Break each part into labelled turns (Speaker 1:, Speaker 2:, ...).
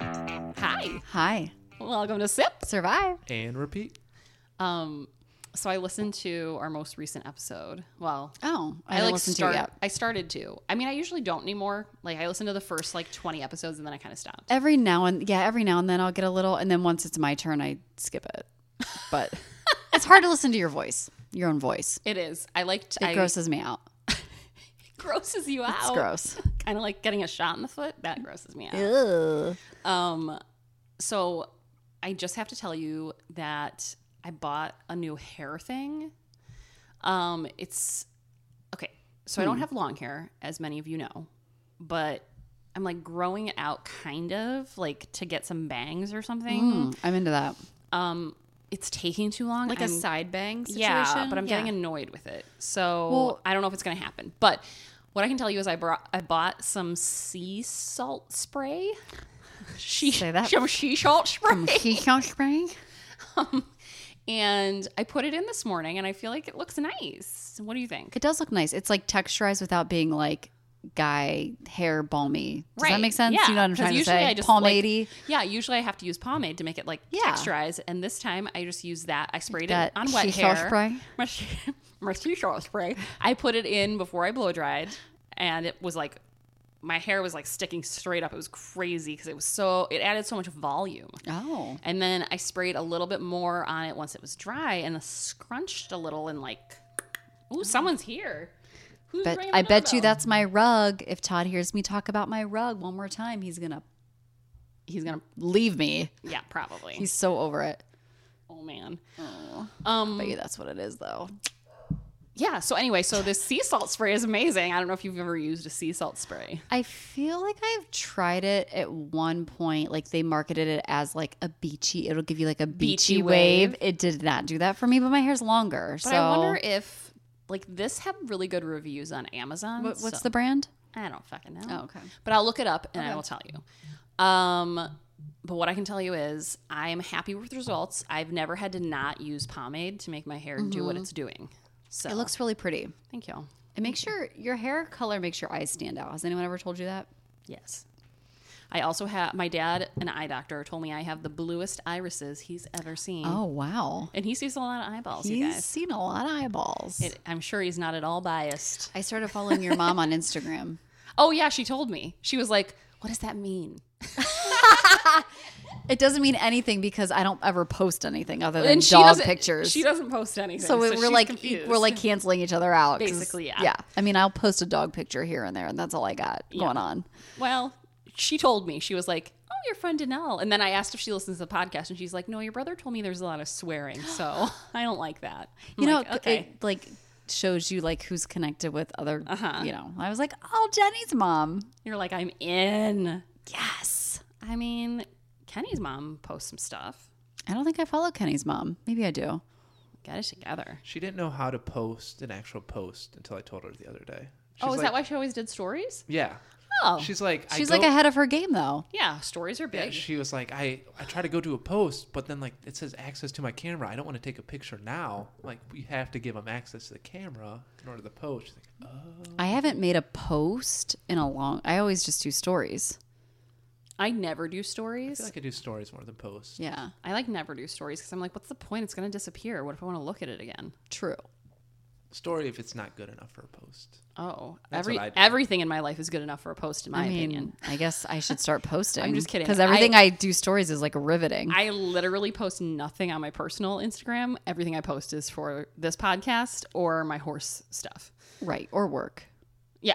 Speaker 1: Hi.
Speaker 2: Hi.
Speaker 1: Welcome to Sip.
Speaker 2: Survive.
Speaker 3: And repeat.
Speaker 1: Um, so I listened to our most recent episode. Well,
Speaker 2: Oh, I,
Speaker 1: like
Speaker 2: didn't listen
Speaker 1: start-
Speaker 2: to it yet.
Speaker 1: I started to. I mean, I usually don't anymore. Like I listened to the first like 20 episodes and then I kind of stopped.
Speaker 2: Every now and yeah, every now and then I'll get a little, and then once it's my turn, I skip it. But it's hard to listen to your voice, your own voice.
Speaker 1: It is. I liked.
Speaker 2: It
Speaker 1: I,
Speaker 2: grosses me out.
Speaker 1: grosses you out.
Speaker 2: It's gross.
Speaker 1: Kind of like getting a shot in the foot. That grosses me out. Um, so I just have to tell you that I bought a new hair thing. Um, it's okay.
Speaker 4: Hmm.
Speaker 1: So I don't have long hair, as many of you know, but I'm like growing it out, kind of like to get some bangs or
Speaker 4: Hmm.
Speaker 1: something.
Speaker 2: Mm, I'm into that.
Speaker 1: Um, it's taking too long.
Speaker 4: like
Speaker 1: I'm-
Speaker 4: a side bang situation.
Speaker 1: yeah, but I'm
Speaker 4: Yeah.
Speaker 1: getting annoyed with it. So
Speaker 2: Well-
Speaker 1: I don't know if it's going to happen. But what I can tell you is I brought I bought some sea salt spray. She
Speaker 2: Say that.
Speaker 1: some sea salt
Speaker 2: From
Speaker 1: spray.
Speaker 2: Keycount Spring?
Speaker 1: and I put it in this morning and I feel like it looks nice. What do you think?
Speaker 2: It does look nice. It's like texturized without being like guy hair balmy. Does
Speaker 1: Right.
Speaker 2: that make sense?
Speaker 1: Yeah.
Speaker 2: You know what I'm
Speaker 1: 'Cause
Speaker 2: trying to
Speaker 1: usually
Speaker 2: say?
Speaker 1: I just, like-
Speaker 2: Palmady.
Speaker 1: Yeah, usually I have to use pomade to make it like
Speaker 2: Yeah.
Speaker 1: texturized and this time I just used that. I sprayed
Speaker 2: That
Speaker 1: it on wet
Speaker 2: sea salt
Speaker 1: hair.
Speaker 2: spray?
Speaker 1: My sea- my sea salt spray. I put it in before I blow dried and it was like my hair was like sticking straight up. It was crazy because it was so it added so much volume.
Speaker 2: oh.
Speaker 1: And then I sprayed a little bit more on it once it was dry and scrunched a little and like, ooh, someone's here. Who's
Speaker 2: But
Speaker 1: ringing the
Speaker 2: I Mm. bet you
Speaker 1: doorbell?
Speaker 2: that's my rug. If Todd hears me talk about my rug one more time, he's going to
Speaker 1: he's gonna.
Speaker 2: leave me.
Speaker 1: Yeah, probably.
Speaker 2: He's so over it.
Speaker 1: oh man. Um.
Speaker 2: But yeah, that's what it is, though.
Speaker 1: yeah. So anyway, so this sea salt spray is amazing. I don't know if you've ever used a sea salt spray.
Speaker 2: I feel like I've tried it at one point. Like they marketed it as like a beachy. It'll give you like a beachy,
Speaker 1: Beachy
Speaker 2: wave.
Speaker 1: wave.
Speaker 2: It did not do that for me, but my hair's longer.
Speaker 1: But
Speaker 2: so
Speaker 1: I wonder if like this had really good reviews on Amazon.
Speaker 2: What- what's
Speaker 1: so-
Speaker 2: the brand?
Speaker 1: I don't fucking know.
Speaker 2: Oh, okay.
Speaker 1: But I'll look it up and I will tell you. Um, but what I can tell you is I am happy with the results. I've never had to not use pomade to make my hair do what it's doing. So
Speaker 2: Mm-hmm. It looks really pretty.
Speaker 1: Thank you.
Speaker 2: It makes your your hair color makes your eyes stand out. Has anyone ever told you that?
Speaker 1: Yes. I also have my dad, an eye doctor, told me I have the bluest irises he's ever seen.
Speaker 2: Oh wow,
Speaker 1: And he sees a lot of eyeballs, you
Speaker 2: he's
Speaker 1: guys.
Speaker 2: seen a lot of eyeballs.
Speaker 1: It, I'm sure he's not at all biased.
Speaker 2: I started following your mom on Instagram.
Speaker 1: Oh yeah, she told me. She was like, "What does that mean?"
Speaker 2: It doesn't mean anything because I don't ever post anything other than
Speaker 1: And she
Speaker 2: dog
Speaker 1: doesn't-
Speaker 2: pictures.
Speaker 1: She doesn't post anything.
Speaker 2: so, we- we're
Speaker 1: she's
Speaker 2: like e,
Speaker 1: confused.
Speaker 2: we're like canceling each other out 'cause-
Speaker 1: Basically, yeah.
Speaker 2: yeah i mean i'll post a dog picture here and there and that's all i got going on
Speaker 1: Well, she told me. She was like, Oh, your friend Danelle. And then I asked if she listens to the podcast, and she's like, No, your brother told me there's a lot of swearing, so I don't like that. I'm
Speaker 2: you know
Speaker 1: like,
Speaker 2: it-
Speaker 1: okay.
Speaker 2: it like shows you like who's connected with other
Speaker 1: Uh-huh.
Speaker 2: you know i was like oh jenny's mom
Speaker 1: You're like, I'm in.
Speaker 2: yes
Speaker 1: I mean, Kenny's mom posts some stuff.
Speaker 2: i don't think i follow kenny's mom maybe i do
Speaker 1: Get it together.
Speaker 3: She didn't know how to post an actual post until I told her the other day. She's
Speaker 1: oh, is
Speaker 3: like,
Speaker 1: that why she always did stories?
Speaker 3: Yeah.
Speaker 1: Oh.
Speaker 3: She's like,
Speaker 2: she's
Speaker 3: I
Speaker 2: like
Speaker 3: go-
Speaker 2: ahead of her game though
Speaker 1: yeah, stories are big.
Speaker 3: Yeah, she was like, I, I try to go to a post, but then like it says access to my camera. I don't want to take a picture now. Like we have to give them access to the camera in order to post. She's like,
Speaker 2: i haven't made a post in a long i always just do stories
Speaker 1: I never do
Speaker 3: I
Speaker 1: stories.
Speaker 3: feel like I do stories more than posts.
Speaker 2: yeah
Speaker 1: I like never do stories because I'm like, what's the point? It's going to disappear. What if I want to look at it again?
Speaker 2: true
Speaker 3: Story if it's not good enough for a post.
Speaker 1: Oh,
Speaker 3: That's what
Speaker 1: every
Speaker 3: I do.
Speaker 1: everything in my life is good enough for a post, in my
Speaker 2: I mean,
Speaker 1: opinion.
Speaker 2: I guess I should start posting.
Speaker 1: I'm just kidding.
Speaker 2: Because
Speaker 1: I-
Speaker 2: everything I, do stories is like riveting.
Speaker 1: I literally post nothing on my personal Instagram. Everything I post is for this podcast or my horse stuff.
Speaker 2: right. Or work.
Speaker 1: Yeah.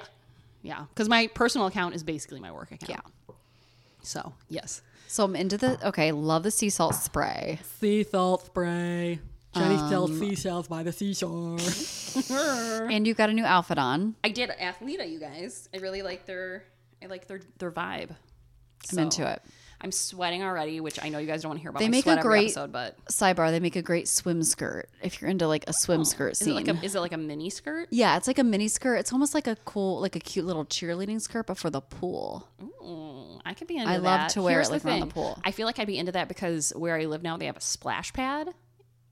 Speaker 1: Yeah. Because my personal account is basically my work account.
Speaker 2: Yeah.
Speaker 1: So, yes.
Speaker 2: So I'm into the okay. Love the sea salt spray.
Speaker 5: sea salt spray. Jenny sells seashells by the seashore.
Speaker 2: And you got a new outfit on.
Speaker 1: I did Athleta, you guys. I really like their I like their their vibe.
Speaker 2: I'm into it.
Speaker 1: I'm sweating already, which I know you guys don't want to hear about.
Speaker 2: They
Speaker 1: my
Speaker 2: make
Speaker 1: sweat
Speaker 2: a
Speaker 1: every
Speaker 2: great
Speaker 1: episode, but
Speaker 2: Sidebar: They make a great swim skirt if you're into like a swim skirt
Speaker 1: Oh, is
Speaker 2: scene.
Speaker 1: it like a is it like a mini skirt?
Speaker 2: yeah, it's like a mini skirt. It's almost like a cool, like a cute little cheerleading skirt, but for the pool.
Speaker 1: Mm, I could be into
Speaker 2: I
Speaker 1: that.
Speaker 2: love to wear it,
Speaker 1: Here's
Speaker 2: like,
Speaker 1: the
Speaker 2: around the
Speaker 1: thing.
Speaker 2: pool.
Speaker 1: I feel like I'd be into that because where I live now, they have a splash pad,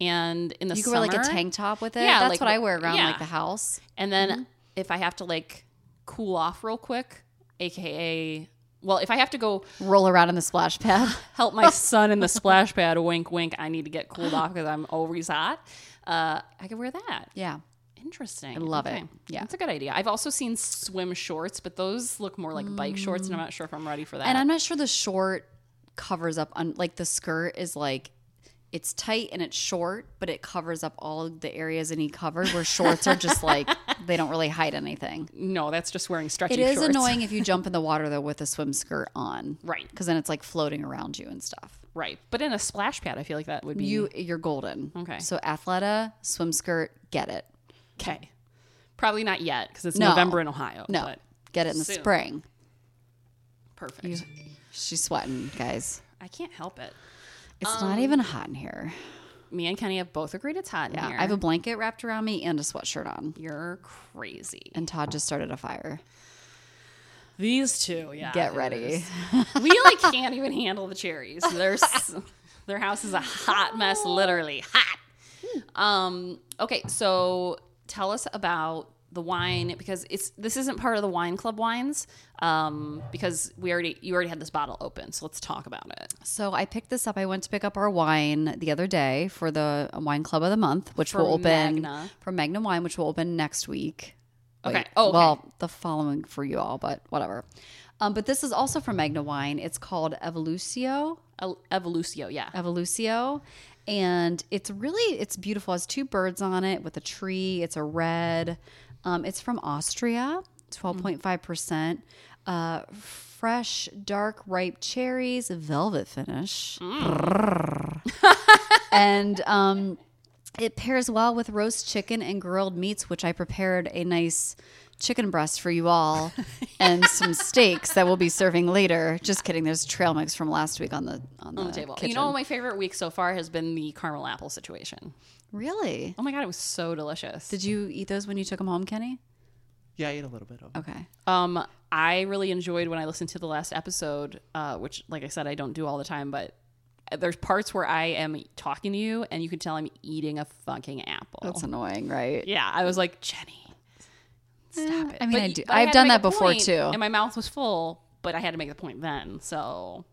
Speaker 1: and in the
Speaker 2: You could
Speaker 1: summer
Speaker 2: wear like a tank Mm-hmm. top with it.
Speaker 1: Yeah,
Speaker 2: that's
Speaker 1: like-
Speaker 2: what I wear around
Speaker 1: yeah.
Speaker 2: like the house.
Speaker 1: And then if I have to like cool off real quick, aka well, if I have to go
Speaker 2: Roll around in the splash pad.
Speaker 1: help my son in the splash pad, wink wink, I need to get cooled off because I'm always hot. Uh, I could wear that.
Speaker 2: Yeah.
Speaker 1: Interesting. I
Speaker 2: love it. Yeah.
Speaker 1: that's a good idea. I've also seen swim shorts, but those look more like bike shorts, and I'm not sure if I'm ready for that.
Speaker 2: Mm. And I'm not sure the short covers up on like the skirt is like it's tight and it's short, but it covers up all the areas that need covered where shorts are just like they don't really hide anything.
Speaker 1: no, that's just wearing stretchy.
Speaker 2: It is
Speaker 1: shorts.
Speaker 2: annoying if you jump in the water though with a swim skirt on.
Speaker 1: Right.
Speaker 2: Cuz then it's like floating around you and stuff.
Speaker 1: Right, but in a splash pad, I feel like that would be
Speaker 2: You you're golden.
Speaker 1: Okay.
Speaker 2: So Athleta, swim skirt, get it.
Speaker 1: okay. Probably not yet because it's
Speaker 2: No.
Speaker 1: November in Ohio.
Speaker 2: No.
Speaker 1: but
Speaker 2: get it in the
Speaker 1: soon.
Speaker 2: spring.
Speaker 1: perfect.
Speaker 2: She's sweating, guys.
Speaker 1: I can't help it.
Speaker 2: It's
Speaker 1: Um,
Speaker 2: not even hot in here.
Speaker 1: Me and Kenny have both agreed it's hot in
Speaker 2: Yeah.
Speaker 1: here.
Speaker 2: I have a blanket wrapped around me and a sweatshirt on.
Speaker 1: You're crazy.
Speaker 2: And Todd just started a fire.
Speaker 1: These two, yeah.
Speaker 2: Get
Speaker 1: it
Speaker 2: ready.
Speaker 1: is. we like can't even handle the cherries. Their s- their house is a hot mess, literally hot. Um. Okay, so tell us about the wine because it's this isn't part of the wine club wines um because we already you already had this bottle open so let's talk about it
Speaker 2: So I picked this up. I went to pick up our wine the other day for the uh, wine club of the month, which
Speaker 1: From
Speaker 2: will open
Speaker 1: Magna.
Speaker 2: from Magna Wine, which will open next week.
Speaker 1: Okay. Oh, okay.
Speaker 2: well, the following for you all, but whatever. Um, but this is also from Magna Wine. It's called Evolucio.
Speaker 1: El- evolucio yeah
Speaker 2: uh, Evolucio. And it's really it's beautiful. It has two birds on it with a tree. It's a red. Um, it's from Austria, twelve point five percent. Uh, fresh, dark, ripe cherries, velvet finish,
Speaker 1: Mm.
Speaker 2: and um, it pairs well with roast chicken and grilled meats, which I prepared a nice chicken breast for you all and some steaks that we'll be serving later. Just kidding. There's trail mix from last week on the on,
Speaker 1: on the table. You know, my favorite week so far has been the caramel apple situation.
Speaker 2: really?
Speaker 1: Oh my god, it was so delicious.
Speaker 2: Did you eat those when you took them home, Kenny?
Speaker 3: Yeah, I ate a little bit of it.
Speaker 2: Okay.
Speaker 1: um, I really enjoyed when I listened to the last episode, uh, which, like I said, I don't do all the time, but uh, there's parts where I am talking to you and you can tell I'm eating a fucking apple.
Speaker 2: That's annoying, right?
Speaker 1: yeah, I was like Jenny.
Speaker 2: Stop it. I mean,
Speaker 1: But
Speaker 2: I
Speaker 1: you-
Speaker 2: do.
Speaker 1: but had
Speaker 2: I've
Speaker 1: to
Speaker 2: done
Speaker 1: make
Speaker 2: that
Speaker 1: a
Speaker 2: before
Speaker 1: point,
Speaker 2: too.
Speaker 1: and my mouth was full, but I had to make the point then. So,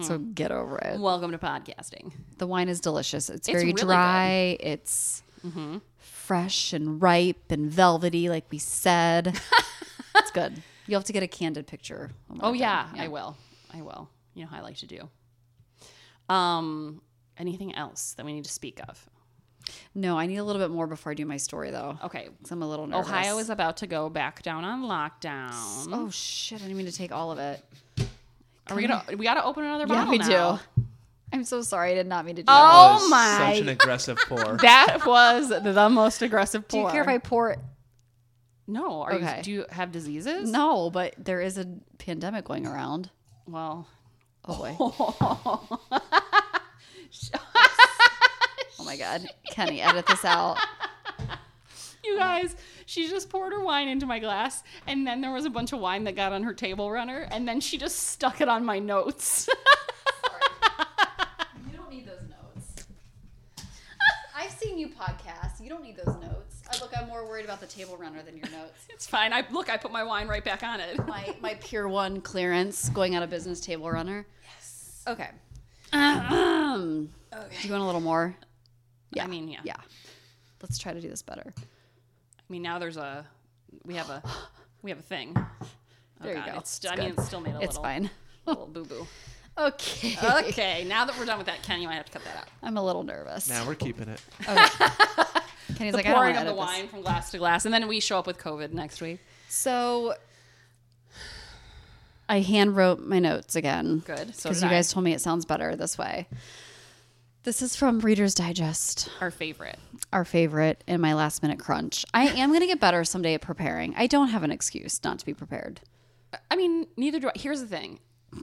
Speaker 2: So get over it.
Speaker 1: welcome to podcasting.
Speaker 2: The wine is delicious. It's, Mm-hmm.
Speaker 1: It's
Speaker 2: very
Speaker 1: really
Speaker 2: dry. It's fresh and ripe and velvety, like we said. it's good. You'll have to get a candid picture. when we're
Speaker 1: Oh
Speaker 2: done.
Speaker 1: yeah, I will. I will. You know how I like to do. Um, anything else that we need to speak of?
Speaker 2: No, I need a little bit more before I do my story though.
Speaker 1: Okay,
Speaker 2: 'cause I'm Oh. a little nervous.
Speaker 1: Ohio is about to go back down on lockdown.
Speaker 2: Oh shit! I didn't mean to take all of it.
Speaker 1: Are we gonna? We gotta open another bottle.
Speaker 2: yeah, we
Speaker 1: now.
Speaker 2: do. I'm so sorry. I did not mean to do that.
Speaker 1: Oh
Speaker 3: Was
Speaker 1: my!
Speaker 3: Such an aggressive pour.
Speaker 1: that was the most aggressive
Speaker 2: Do
Speaker 1: pour.
Speaker 2: you care if I pour? it?
Speaker 1: No. Are
Speaker 2: Okay.
Speaker 1: you? Do you have diseases?
Speaker 2: No, but there is a pandemic going around.
Speaker 1: Well,
Speaker 2: Oh boy. oh my god. Kenny, edit this out.
Speaker 1: you guys, she just poured her wine into my glass, and then there was a bunch of wine that got on her table runner, and then she just stuck it on my notes.
Speaker 2: You don't need those notes. I've seen you podcast. You don't need those notes. I look I'm more worried about the table runner than your notes.
Speaker 1: it's fine. I look. I put my wine right back on it.
Speaker 2: My my Pier One clearance going out of business table runner. Yes. Okay. Um, Do you want a little more?
Speaker 1: I mean, yeah.
Speaker 2: Yeah. Let's try to do this better.
Speaker 1: I mean, now there's a we have a we have a thing. Oh,
Speaker 2: There you go.
Speaker 1: It's,
Speaker 2: It's
Speaker 1: I mean,
Speaker 2: good.
Speaker 1: it's still made a
Speaker 2: It's
Speaker 1: little,
Speaker 2: fine.
Speaker 1: little boo boo.
Speaker 2: Okay.
Speaker 1: Okay, now that we're done with that, Ken, you might have to cut that out.
Speaker 2: I'm a little nervous.
Speaker 3: Now we're keeping it.
Speaker 2: Kenny's
Speaker 1: The
Speaker 2: like, I
Speaker 1: pouring
Speaker 2: don't
Speaker 1: of
Speaker 2: wanna
Speaker 1: the
Speaker 2: edit this.
Speaker 1: wine from glass to glass, and then we show up with COVID next week.
Speaker 2: So I hand wrote my notes again.
Speaker 1: Good. So
Speaker 2: Because
Speaker 1: did
Speaker 2: you
Speaker 1: I.
Speaker 2: guys told me it sounds better this way. This is from Reader's Digest,
Speaker 1: our favorite.
Speaker 2: our favorite in my last minute crunch. I am going to get better someday at preparing. I don't have an excuse not to be prepared.
Speaker 1: I mean, neither do I. Here's the thing: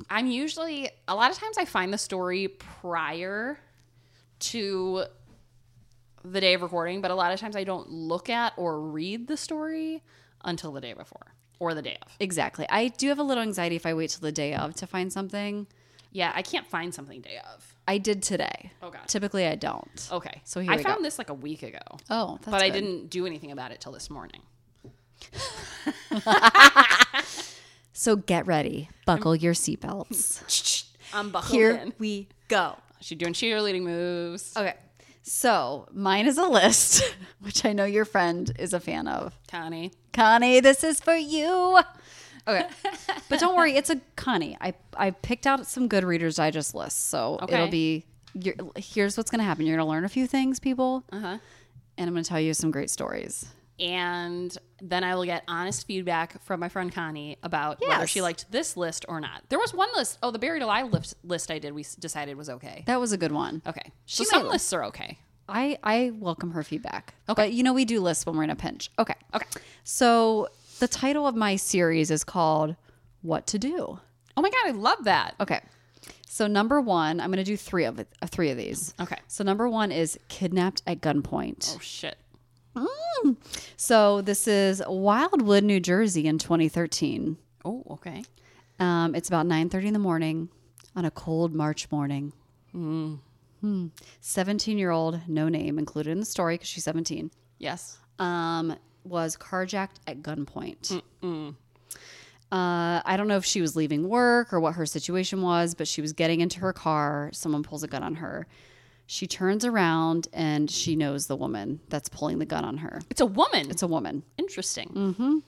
Speaker 1: I'm usually a lot of times I find the story prior to the day of recording, but a lot of times I don't look at or read the story until the day before or the day of.
Speaker 2: Exactly. I do have a little anxiety if I wait till the day of to find something.
Speaker 1: Yeah, I can't find something day of.
Speaker 2: I did today.
Speaker 1: Oh, God.
Speaker 2: Typically, I don't.
Speaker 1: Okay.
Speaker 2: So here
Speaker 1: I
Speaker 2: we go.
Speaker 1: found this like a week ago,
Speaker 2: Oh, that's
Speaker 1: but I
Speaker 2: good.
Speaker 1: didn't do anything about it till this morning.
Speaker 2: so get ready. Buckle your seatbelts.
Speaker 1: I'm buckled
Speaker 2: Here
Speaker 1: in.
Speaker 2: we go.
Speaker 1: She's doing cheerleading moves.
Speaker 2: Okay. So mine is a list, which I know your friend is a fan of.
Speaker 1: Connie.
Speaker 2: Connie, this is for you. Okay. but don't worry, it's a Connie. I I picked out some good Reader's Digest lists, so
Speaker 1: Okay.
Speaker 2: it'll be you're, here's what's going to happen. You're going to learn a few things, people. Uh-huh. And I'm going to tell you some great stories.
Speaker 1: And then I will get honest feedback from my friend Connie about whether
Speaker 2: Yes.
Speaker 1: she liked this list or not. There was one list. Oh, the Buried Alive list, list I did, we s- decided was okay.
Speaker 2: That was a good one.
Speaker 1: Okay. So
Speaker 2: She
Speaker 1: some
Speaker 2: might-
Speaker 1: lists are okay.
Speaker 2: I I welcome her feedback. Okay. But you know we do lists when we're in a pinch. Okay.
Speaker 1: Okay.
Speaker 2: So the title of my series is called What to Do.
Speaker 1: Oh my God, I love that.
Speaker 2: Okay. So number 1, I'm going to do 3 of it, uh, 3 of these.
Speaker 1: Okay.
Speaker 2: So number 1 is kidnapped at gunpoint.
Speaker 1: Oh, shit.
Speaker 2: So this is Wildwood, New Jersey in 2013.
Speaker 1: Oh, okay.
Speaker 2: Um, it's about 9:30 in the morning on a cold March morning. 17-year-old, no name included in the story because she's 17.
Speaker 1: Yes.
Speaker 2: um, was carjacked at gunpoint. Uh, I don't know if she was leaving work or what her situation was, but she was getting into her car. Someone pulls a gun on her. She turns around and she knows the woman that's pulling the gun on her.
Speaker 1: It's a woman.
Speaker 2: It's a woman.
Speaker 1: interesting.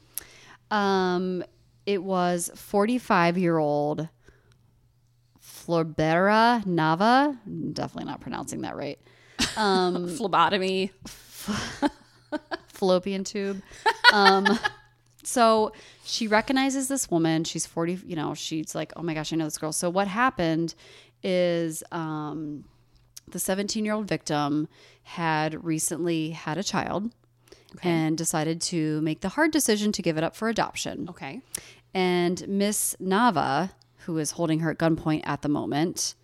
Speaker 2: Um, it was 45 year old Florbera Nava. Definitely not pronouncing that right. Mm-hmm.
Speaker 1: Phlebotomy.
Speaker 2: fallopian tube. Um, so she recognizes this woman. She's 40, you know, she's like, oh my gosh, I know this girl. So what happened is um, the 17 year old victim had recently had a child and decided to make the hard decision to give it up for adoption.
Speaker 1: Okay.
Speaker 2: And Miss Nava, who is holding her at gunpoint at the moment,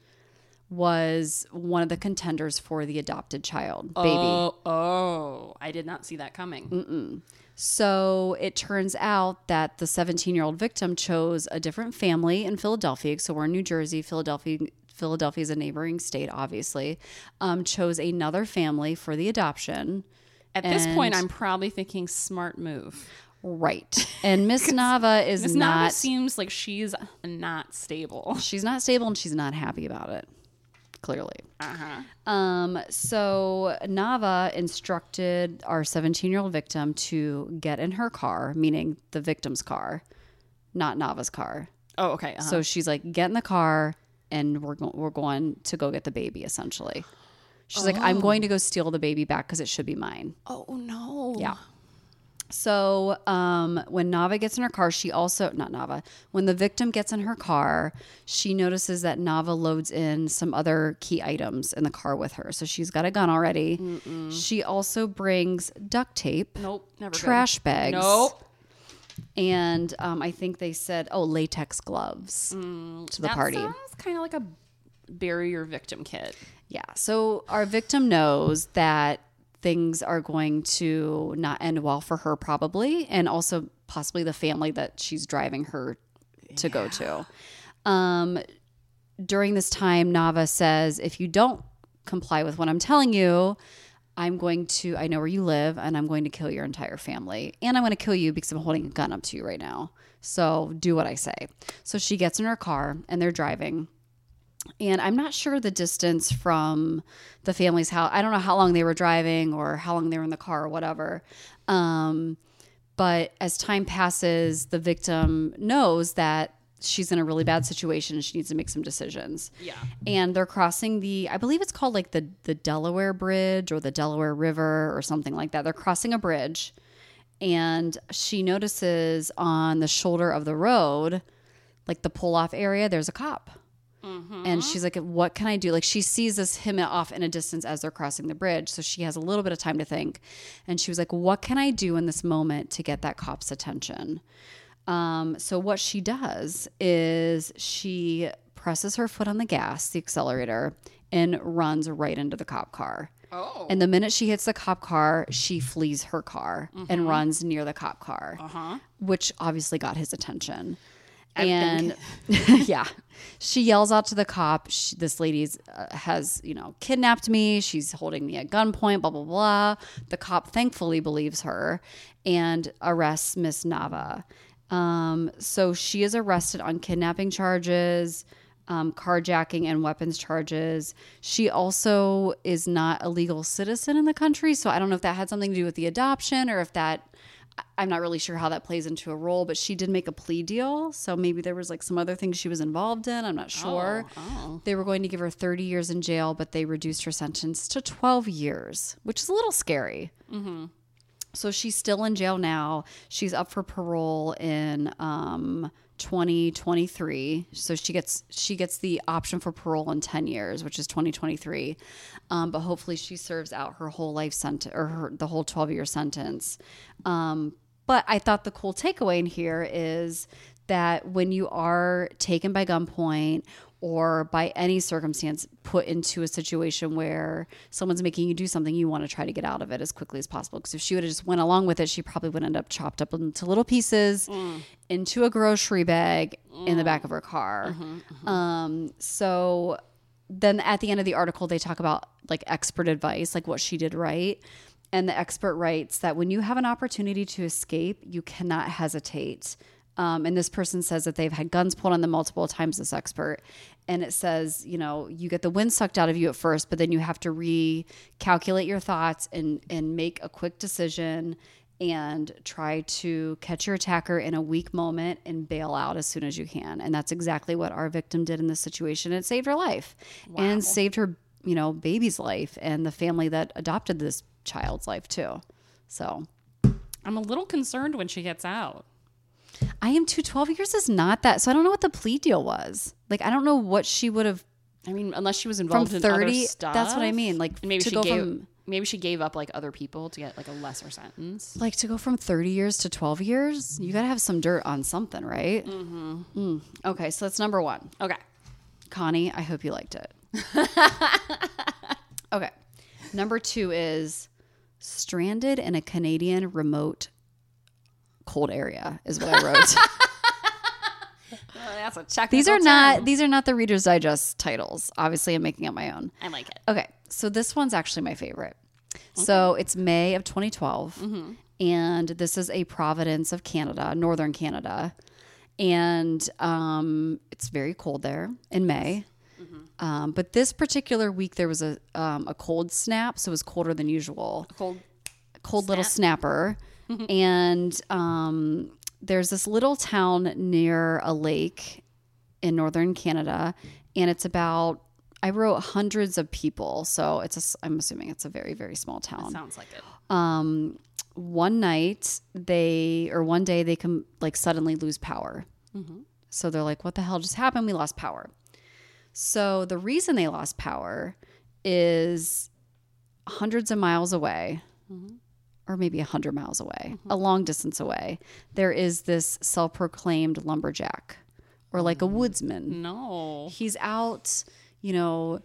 Speaker 2: was one of the contenders for the adopted child baby.
Speaker 1: Oh, oh, I did not see that coming.
Speaker 2: So it turns out that the 17 year old victim chose a different family in Philadelphia. So we're in New Jersey. Philadelphia, Philadelphia is a neighboring state, obviously. Um, chose another family for the adoption.
Speaker 1: At this
Speaker 2: And-
Speaker 1: point, I'm probably thinking smart move.
Speaker 2: Right. And Miss Nava is
Speaker 1: Miss Nava
Speaker 2: not.
Speaker 1: seems like she's not stable.
Speaker 2: she's not stable and she's not happy about it. Clearly.
Speaker 1: Uh-huh.
Speaker 2: Um, so Nava instructed our 17 year old victim to get in her car, meaning the victim's car, not Nava's car.
Speaker 1: Oh, okay. Uh-huh.
Speaker 2: So she's like, get in the car, and we're go- we're going to go get the baby. Essentially, she's like, I'm going to go steal the baby back because it should be mine.
Speaker 1: oh no.
Speaker 2: Yeah. So um, when Nava gets in her car, she also not Nava. When the victim gets in her car, she notices that Nava loads in some other key items in the car with her. So she's got a gun already. She also brings duct tape,
Speaker 1: Nope. Never. good.
Speaker 2: trash bags,
Speaker 1: Nope.
Speaker 2: and um, I think they said, oh, latex gloves to the
Speaker 1: Mm, that
Speaker 2: party.
Speaker 1: sounds kind of like a bury your victim kit.
Speaker 2: Yeah. So our victim knows that things are going to not end well for her, probably, and also possibly the family that she's driving her to go to. Um, during this time, Nava says, if you don't comply with what I'm telling you, I'm going to, I know where you live, and I'm going to kill your entire family. And I'm going to kill you because I'm holding a gun up to you right now. So do what I say. So she gets in her car and they're driving. And I'm not sure the distance from the family's house. I don't know how long they were driving or how long they were in the car or whatever. Um, but as time passes, the victim knows that she's in a really bad situation and she needs to make some decisions.
Speaker 1: Yeah.
Speaker 2: And they're crossing the, I believe it's called like the the Delaware Bridge or the Delaware River or something like that. They're crossing a bridge, and she notices on the shoulder of the road, like the pull off area, there's a cop. And she's like, "What can I do?" Like she sees this him off in a distance as they're crossing the bridge, so she has a little bit of time to think. And she was like, "What can I do in this moment to get that cop's attention?" Um, so what she does is she presses her foot on the gas, the accelerator, and runs right into the cop car.
Speaker 1: Oh.
Speaker 2: And the minute she hits the cop car, she flees her car and runs near the cop car, which obviously got his attention. and yeah she yells out to the cop she, this lady's uh, has you know kidnapped me she's holding me at gunpoint blah blah blah the cop thankfully believes her and arrests miss nava um, so she is arrested on kidnapping charges um, carjacking and weapons charges. She also is not a legal citizen in the country, so I don't know if that had something to do with the adoption or if that. I- I'm not really sure how that plays into a role, but she did make a plea deal, so maybe there was like some other things she was involved in. I'm not sure. They were going to give her 30 years in jail, but they reduced her sentence to 12 years, which is a little scary. So she's still in jail now. She's up for parole in um 2023. So she gets she gets the option for parole in 10 years, which is 2023. Um, but hopefully she serves out her whole life sentence or her, the whole 12 year sentence. Um, but I thought the cool takeaway in here is that when you are taken by gunpoint or by any circumstance put into a situation where someone's making you do something you want to try to get out of it as quickly as possible because if she would have just went along with it she probably would end up chopped up into little pieces into a grocery bag in the back of her car um, so then at the end of the article they talk about like expert advice like what she did right and the expert writes that when you have an opportunity to escape you cannot hesitate um, and this person says that they've had guns pulled on them multiple times this expert and it says you know you get the wind sucked out of you at first but then you have to recalculate your thoughts and and make a quick decision and try to catch your attacker in a weak moment and bail out as soon as you can. And that's exactly what our victim did in this situation. It saved her life and saved her, you know, baby's life and the family that adopted this child's life too. So
Speaker 1: I'm a little concerned when she gets out.
Speaker 2: I am two twelve years is not that. So I don't know what the plea deal was. Like, I don't know what she would have
Speaker 1: I mean, unless she was
Speaker 2: from
Speaker 1: involved in
Speaker 2: 30.
Speaker 1: other stuff.
Speaker 2: That's what I mean. Like,
Speaker 1: And maybe
Speaker 2: to
Speaker 1: she
Speaker 2: go
Speaker 1: gave
Speaker 2: from,
Speaker 1: maybe she gave up like other people to get like a lesser sentence.
Speaker 2: like to go from 30 years to 12 years, you got to have some dirt on something, right? Mm-hmm. Okay. So that's number one.
Speaker 1: Okay.
Speaker 2: Connie, I hope you liked it. okay. Number two is stranded in a Canadian remote cold area is what I wrote.
Speaker 1: that's a check.
Speaker 2: these are not these are not the Reader's Digest titles. Obviously, I'm making up my own.
Speaker 1: I like it.
Speaker 2: Okay, so this one's actually my favorite. So it's May of 2012, and this is a Providence of Canada, northern Canada, and um, it's very cold there in May. Um, but this particular week, there was a um, a cold snap, so it was colder than usual
Speaker 1: Cold.
Speaker 2: cold little snapper. and um, there's this little town near a lake in northern Canada, and it's about I wrote hundreds of people, so it's a s- I'm assuming it's a very very small town
Speaker 1: Sounds like it.
Speaker 2: um, one night they or one day they can like suddenly lose power. So they're like, "What the hell just happened? We lost power." So the reason they lost power is hundreds of miles away, or maybe a hundred miles away, a long distance away. There is this self-proclaimed lumberjack, or like a woodsman
Speaker 1: No.
Speaker 2: he's out, you know,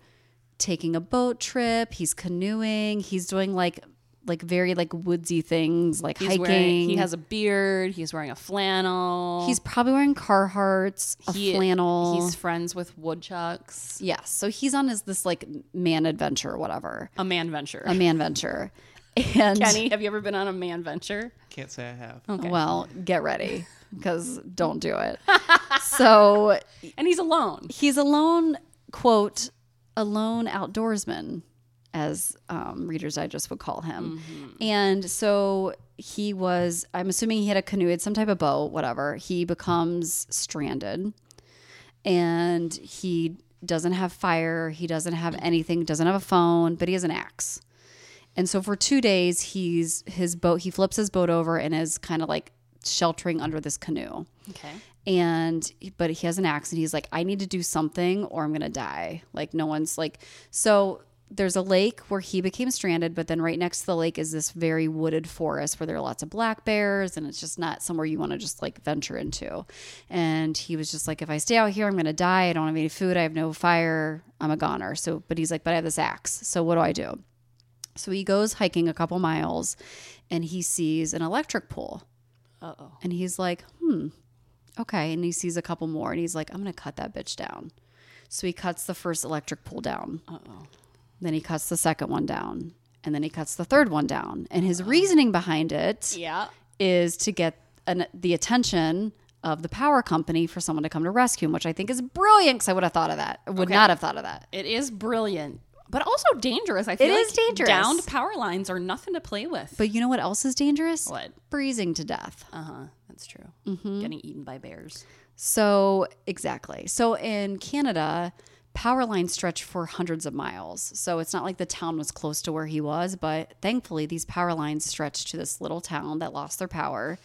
Speaker 2: taking a boat trip, he's canoeing, he's doing like like very like woodsy things like
Speaker 1: He's
Speaker 2: hiking.
Speaker 1: wearing. He has a beard. He's wearing a flannel.
Speaker 2: he's probably wearing Carhartts, a
Speaker 1: He-
Speaker 2: flannel.
Speaker 1: He's friends with woodchucks.
Speaker 2: yes, so he's on his this like man adventure or whatever.
Speaker 1: A man venture.
Speaker 2: A man venture. And
Speaker 1: Kenny, have you ever been on a man venture?
Speaker 3: Can't say I have.
Speaker 1: Oh.
Speaker 2: well, get ready because don't do it. so
Speaker 1: And he's alone.
Speaker 2: he's a lone quote a lone outdoorsman as um, readers digest would call him and so he was i'm assuming he had a canoe it's some type of boat whatever he becomes stranded and he doesn't have fire he doesn't have anything doesn't have a phone but he has an axe and so for two days he's his boat he flips his boat over and is kind of like sheltering under this canoe
Speaker 1: Okay.
Speaker 2: and but he has an axe and he's like i need to do something or i'm gonna die like no one's like so there's a lake where he became stranded but then right next to the lake is this very wooded forest where there are lots of black bears and it's just not somewhere you want to just like venture into and he was just like if i stay out here i'm gonna die i don't have any food i have no fire i'm a goner so but he's like but i have this axe so what do i do so he goes hiking a couple miles and he sees an electric pole
Speaker 1: Uh oh.
Speaker 2: and he's like, hmm, Okay. And he sees a couple more and he's like, I'm going to cut that bitch down. So he cuts the first electric pole down.
Speaker 1: Uh-oh.
Speaker 2: Then he cuts the second one down. And then he cuts the third one down. And his reasoning behind it
Speaker 1: Yeah.
Speaker 2: is to get an, the attention of the power company for someone to come to rescue him, which I think is brilliant because I would have thought of that. I would
Speaker 1: Okay.
Speaker 2: not have thought of that.
Speaker 1: It is brilliant, but also dangerous. I feel
Speaker 2: It
Speaker 1: like
Speaker 2: is dangerous.
Speaker 1: Downed power lines are nothing to play with.
Speaker 2: But you know what else is dangerous?
Speaker 1: What?
Speaker 2: Freezing to death.
Speaker 1: uh huh. That's true.
Speaker 2: Mm-hmm.
Speaker 1: Getting eaten by bears.
Speaker 2: So, exactly. So, in Canada, power lines stretch for hundreds of miles. So, it's not like the town was close to where he was, but thankfully, these power lines stretched to this little town that lost their power.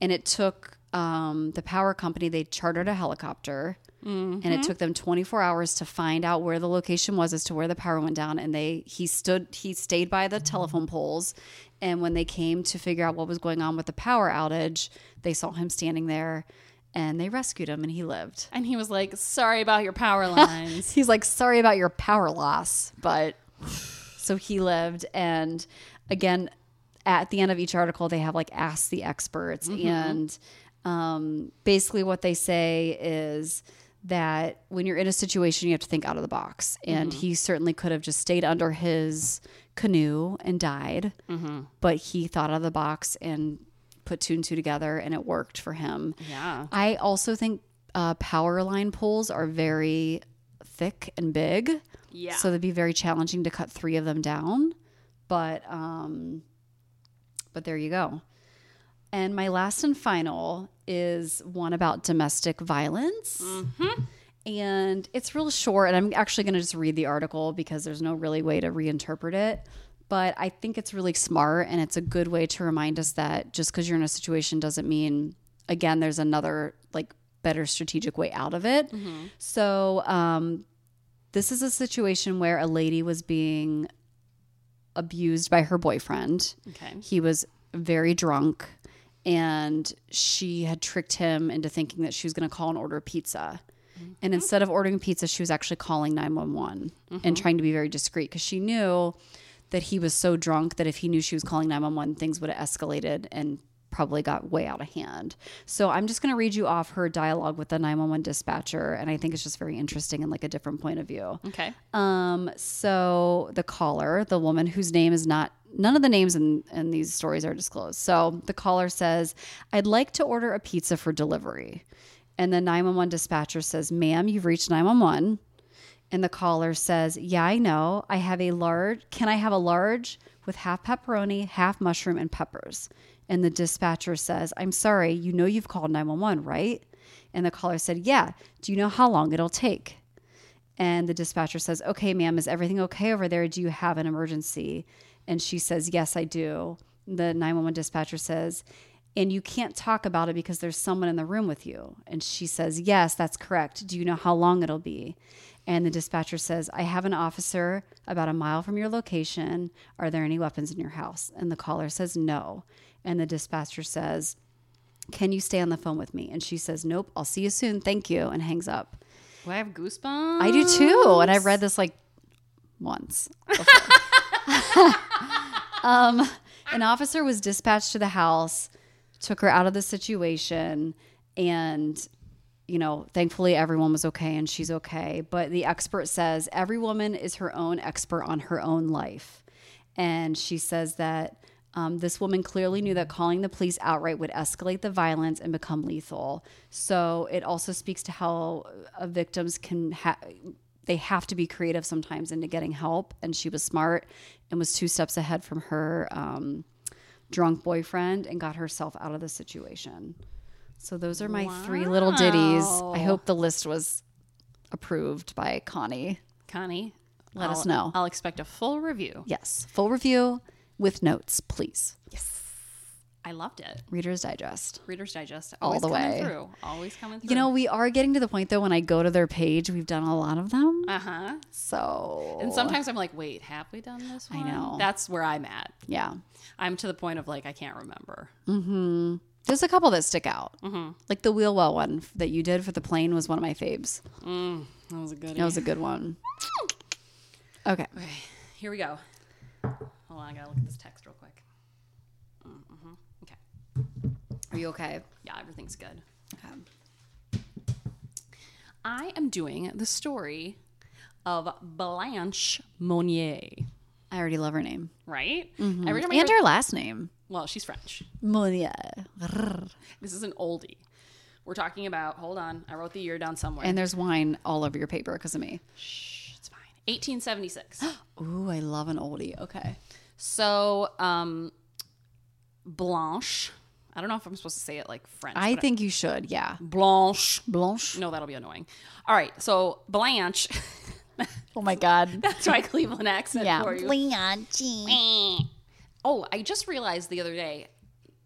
Speaker 2: And it took um, the power company, they chartered a helicopter, and it took them 24 hours to find out where the location was as to where the power went down. And they, he stood, he stayed by the telephone poles. And when they came to figure out what was going on with the power outage, they saw him standing there and they rescued him and he lived.
Speaker 1: And he was like, "Sorry about your power lines."
Speaker 2: He's like, sorry about your power loss, but so he lived. And again, at the end of each article, they have like ask the experts. And um, basically, what they say is that when you're in a situation, you have to think out of the box. And he certainly could have just stayed under his canoe and died, but he thought out of the box and put two and two together, and it worked for him.
Speaker 1: yeah.
Speaker 2: I also think uh, power line poles are very thick and big.
Speaker 1: Yeah.
Speaker 2: So they'd be very challenging to cut three of them down. But um, but there you go. And my last and final is one about domestic violence. And it's real short. And I'm actually going to just read the article because there's no really way to reinterpret it. But I think it's really smart and it's a good way to remind us that just because you're in a situation doesn't mean, again, there's another, like, better strategic way out of it. So um, this is a situation where a lady was being abused by her boyfriend.
Speaker 1: Okay.
Speaker 2: He was very drunk and she had tricked him into thinking that she was going to call and order pizza. And instead of ordering pizza, she was actually calling 911 and trying to be very discreet because she knew that he was so drunk that if he knew she was calling 911, things would have escalated and probably got way out of hand. So I'm just going to read you off her dialogue with the 911 dispatcher. And I think it's just very interesting and like a different point of view.
Speaker 1: Okay.
Speaker 2: Um, so the caller, the woman whose name is not none of the names in, in these stories are disclosed. So the caller says, I'd like to order a pizza for delivery. And the 911 dispatcher says, Ma'am, you've reached 911. And the caller says, Yeah, I know. I have a large, can I have a large with half pepperoni, half mushroom, and peppers? And the dispatcher says, I'm sorry, you know you've called 911, right? And the caller said, Yeah. Do you know how long it'll take? And the dispatcher says, Okay, ma'am, is everything okay over there? Do you have an emergency? And she says, Yes, I do. The 911 dispatcher says, And you can't talk about it because there's someone in the room with you. And she says, Yes, that's correct. Do you know how long it'll be? And the dispatcher says, I have an officer about a mile from your location. Are there any weapons in your house? And the caller says, No. And the dispatcher says, Can you stay on the phone with me? And she says, Nope, I'll see you soon. Thank you. And hangs up.
Speaker 1: Do I have goosebumps?
Speaker 2: I do too. And I read this like once. before. um, an officer was dispatched to the house, took her out of the situation, and you know, thankfully everyone was okay and she's okay. But the expert says every woman is her own expert on her own life. And she says that um, this woman clearly knew that calling the police outright would escalate the violence and become lethal. So it also speaks to how uh, victims can ha- they have to be creative sometimes into getting help. And she was smart and was two steps ahead from her um, drunk boyfriend and got herself out of the situation. So those are my three little ditties. I
Speaker 1: Wow.
Speaker 2: hope the list was approved by Connie.
Speaker 1: Connie,
Speaker 2: Let
Speaker 1: I'll-
Speaker 2: us know.
Speaker 1: I'll expect a full review.
Speaker 2: Yes, full review with notes, please.
Speaker 1: I loved it.
Speaker 2: Reader's Digest.
Speaker 1: Reader's Digest
Speaker 2: All
Speaker 1: always
Speaker 2: the
Speaker 1: coming
Speaker 2: way.
Speaker 1: through. Always coming through.
Speaker 2: You know, we are getting to the point though when I go to their page, we've done a lot of them.
Speaker 1: Uh huh.
Speaker 2: So
Speaker 1: And sometimes I'm like, wait, have we done this
Speaker 2: Oh. I
Speaker 1: one?
Speaker 2: know.
Speaker 1: That's where I'm at.
Speaker 2: yeah,
Speaker 1: I'm to the point of like I can't remember.
Speaker 2: there's a couple that stick out. Like the wheel well one that you did for the plane was one of my faves.
Speaker 1: That was a good.
Speaker 2: That was a good one. Okay.
Speaker 1: Okay, here we go. Hold on, I gotta look at this text real quick. Mm, mhm. Okay.
Speaker 2: Are you okay?
Speaker 1: Mm-hmm. Yeah, everything's good.
Speaker 2: Okay.
Speaker 1: I am doing the story of Blanche Monnier,
Speaker 2: I already love her name
Speaker 1: right? Every time I
Speaker 2: Mm-hmm. and
Speaker 1: hear-
Speaker 2: her last name,
Speaker 1: well, she's French.
Speaker 2: Monia.
Speaker 1: This is an oldie. We're talking about, hold on, I wrote the year down somewhere.
Speaker 2: And there's wine all over your paper because of me.
Speaker 1: Shh, it's fine. 1876.
Speaker 2: Ooh, I love an oldie. Okay.
Speaker 1: so, um, Blanche, I don't know if I'm supposed to say it like French.
Speaker 2: I
Speaker 1: but
Speaker 2: think you should. Yeah.
Speaker 1: Blanche.
Speaker 2: Blanche.
Speaker 1: No, that'll be annoying. All right, so Blanche.
Speaker 2: Oh my God.
Speaker 1: That's my Cleveland accent
Speaker 2: yeah.
Speaker 1: for you.
Speaker 2: Blanche.
Speaker 1: Oh, I just realized the other day.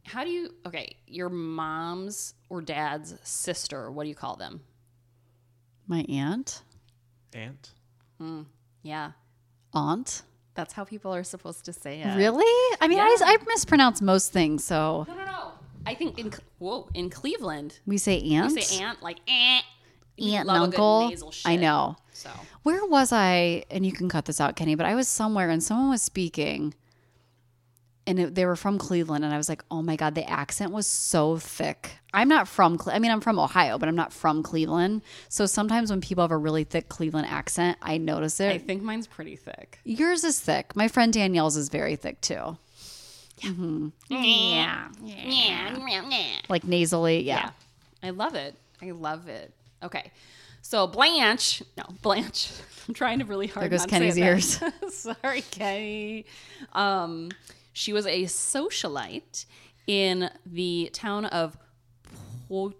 Speaker 1: How do you okay, your mom's or dad's sister, what do you call them?
Speaker 2: My aunt,
Speaker 3: Aunt.
Speaker 1: Yeah.
Speaker 2: aunt.
Speaker 1: That's how people are supposed to say it.
Speaker 2: Really? I mean, I, I mispronounce most things, so
Speaker 1: No, no, no. I think in whoa, in Cleveland,
Speaker 2: we say aunt.
Speaker 1: you say aunt like eh. We
Speaker 2: Aunt
Speaker 1: love a
Speaker 2: and
Speaker 1: good
Speaker 2: uncle.
Speaker 1: nasal
Speaker 2: I
Speaker 1: shit.
Speaker 2: know.
Speaker 1: So,
Speaker 2: Where was I? And you can cut this out, Kenny, but I was somewhere and someone was speaking and it, they were from Cleveland. And I was like, oh my God, the accent was so thick. I'm not from, Cle- I mean, I'm from Ohio, but I'm not from Cleveland. So sometimes when people have a really thick Cleveland accent, I notice it.
Speaker 1: I think mine's pretty thick.
Speaker 2: Yours is thick. My friend Danielle's is very thick too. Yeah. Like nasally. yeah.
Speaker 1: I love it. I love it. Okay. So Blanche, no, Blanche. I'm trying to really hard.
Speaker 2: There goes
Speaker 1: not to say
Speaker 2: Kenny's
Speaker 1: it back. Sorry, Kenny. Um, she was a socialite in the town of Po-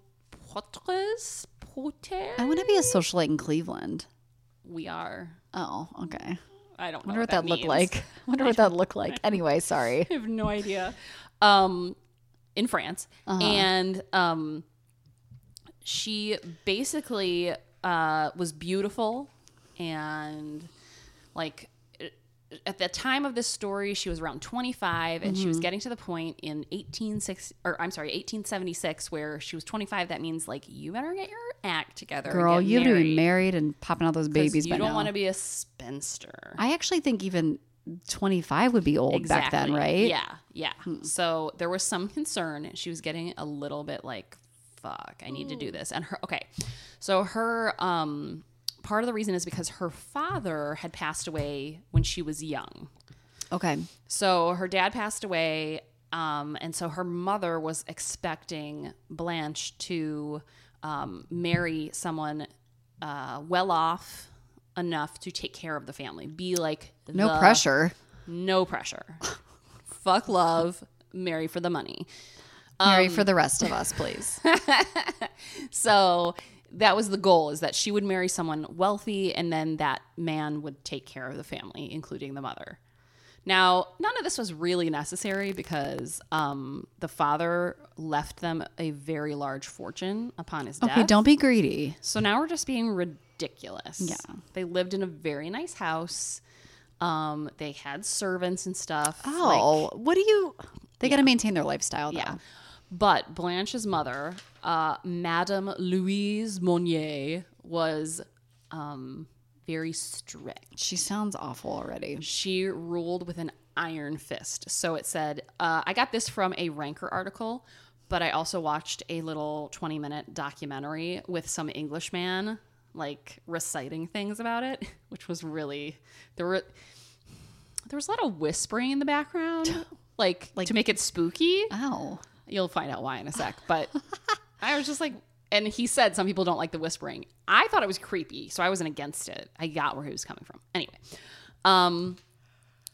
Speaker 1: Poitres. Poitiers.
Speaker 2: I want to be a socialite in Cleveland.
Speaker 1: We are.
Speaker 2: Oh, okay.
Speaker 1: I don't know
Speaker 2: Wonder what that, looked
Speaker 1: means.
Speaker 2: like. Wonder what that looked like. Anyway, sorry.
Speaker 1: I have no idea. Um, in France,
Speaker 2: Uh-huh.
Speaker 1: and um, she basically uh, was beautiful, and like uh, at the time of this story, she was around 25, and
Speaker 2: Mm-hmm.
Speaker 1: she was getting to the point in 186 or I'm sorry, 1876, where she was 25. That means like you better get your act together, and
Speaker 2: Girl,
Speaker 1: get
Speaker 2: you better be
Speaker 1: married,
Speaker 2: married and popping out those
Speaker 1: 'cause
Speaker 2: babies
Speaker 1: You
Speaker 2: by
Speaker 1: don't
Speaker 2: now.
Speaker 1: want to be a spinster.
Speaker 2: I actually think even 25 would be old back then, right? Hmm.
Speaker 1: Yeah, yeah. So there was some concern. She was getting a little bit like, "Fuck, I need to
Speaker 2: Hmm.
Speaker 1: do this." And her okay, so her um part of the reason is because her father had passed away when she was young.
Speaker 2: Okay.
Speaker 1: So her dad passed away, um, and so her mother was expecting Blanche to um, marry someone uh, well off enough to take care of the family, be like
Speaker 2: No
Speaker 1: the
Speaker 2: pressure.
Speaker 1: no pressure. Fuck love, marry for the money. um,
Speaker 2: Marry for the rest of us, please.
Speaker 1: So that was the goal is that she would marry someone wealthy and then that man would take care of the family, including the mother. Now, none of this was really necessary because um, the father left them a very large fortune upon his death.
Speaker 2: okay, don't be greedy.
Speaker 1: So now we're just being ridiculous. Yeah. They lived in a very nice house. Um, they had servants and stuff. Like,
Speaker 2: Oh, what do you. They got to maintain their lifestyle, though.
Speaker 1: Yeah. But Blanche's mother, uh, Madame Louise Monnier, was um, very strict.
Speaker 2: She sounds awful already.
Speaker 1: She ruled with an iron fist. So it said, uh, I got this from a Ranker article, but I also watched a little 20 minute documentary with some Englishman, like reciting things about it, which was really, there were. There was a lot of whispering in the background, like, like to make it spooky.
Speaker 2: Oh.
Speaker 1: You'll find out why in a sec. But I was just like, and he said some people don't like the whispering. I thought it was creepy, so I wasn't against it. I got where he was coming from. Anyway, um,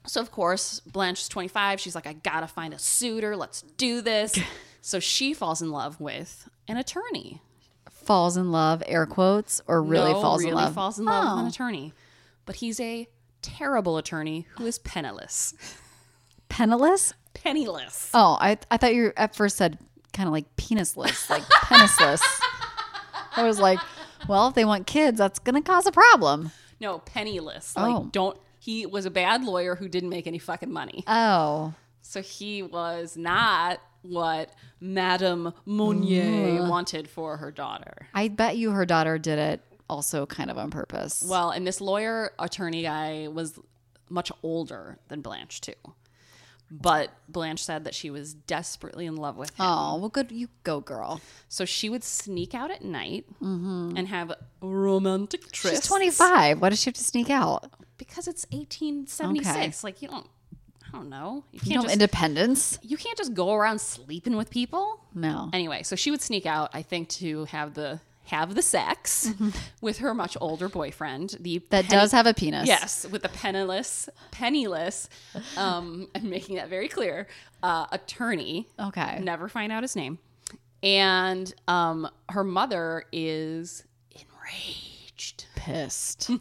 Speaker 1: so of course Blanche is 25. She's like, I gotta find a suitor. Let's do this. so she falls in love with an attorney.
Speaker 2: Falls in love, air quotes, or really
Speaker 1: No,
Speaker 2: falls in
Speaker 1: really
Speaker 2: love? Oh.
Speaker 1: falls in love with an attorney, but he's a terrible attorney who is penniless.
Speaker 2: Penniless?
Speaker 1: Penniless.
Speaker 2: Oh, I, I thought you at first said kind of like penisless, like penisless. I was like, well, if they want kids, that's going to cause a problem.
Speaker 1: No, penniless. Like
Speaker 2: Oh.
Speaker 1: don't he was a bad lawyer who didn't make any fucking money.
Speaker 2: Oh,
Speaker 1: So he was not what Madame Monnier wanted for her daughter.
Speaker 2: I bet you her daughter did it also kind of on purpose.
Speaker 1: Well, and this lawyer attorney guy was much older than Blanche too. But Blanche said that she was desperately in love with him.
Speaker 2: Oh, well, good. You go, girl.
Speaker 1: So she would sneak out at night and have romantic trips.
Speaker 2: She's 25. Why does she have to sneak out?
Speaker 1: because it's 1876. Like you don't, I don't know. You can't
Speaker 2: No
Speaker 1: just
Speaker 2: independence.
Speaker 1: you can't just go around sleeping with people.
Speaker 2: No.
Speaker 1: Anyway, so she would sneak out, I think, to have the have the sex with her much older boyfriend. The
Speaker 2: that
Speaker 1: penny-
Speaker 2: does have a penis.
Speaker 1: Yes, with the penniless, penniless. Um, I'm making that very clear. Uh, attorney.
Speaker 2: Okay.
Speaker 1: Never find out his name. And um, her mother is enraged.
Speaker 2: Pissed.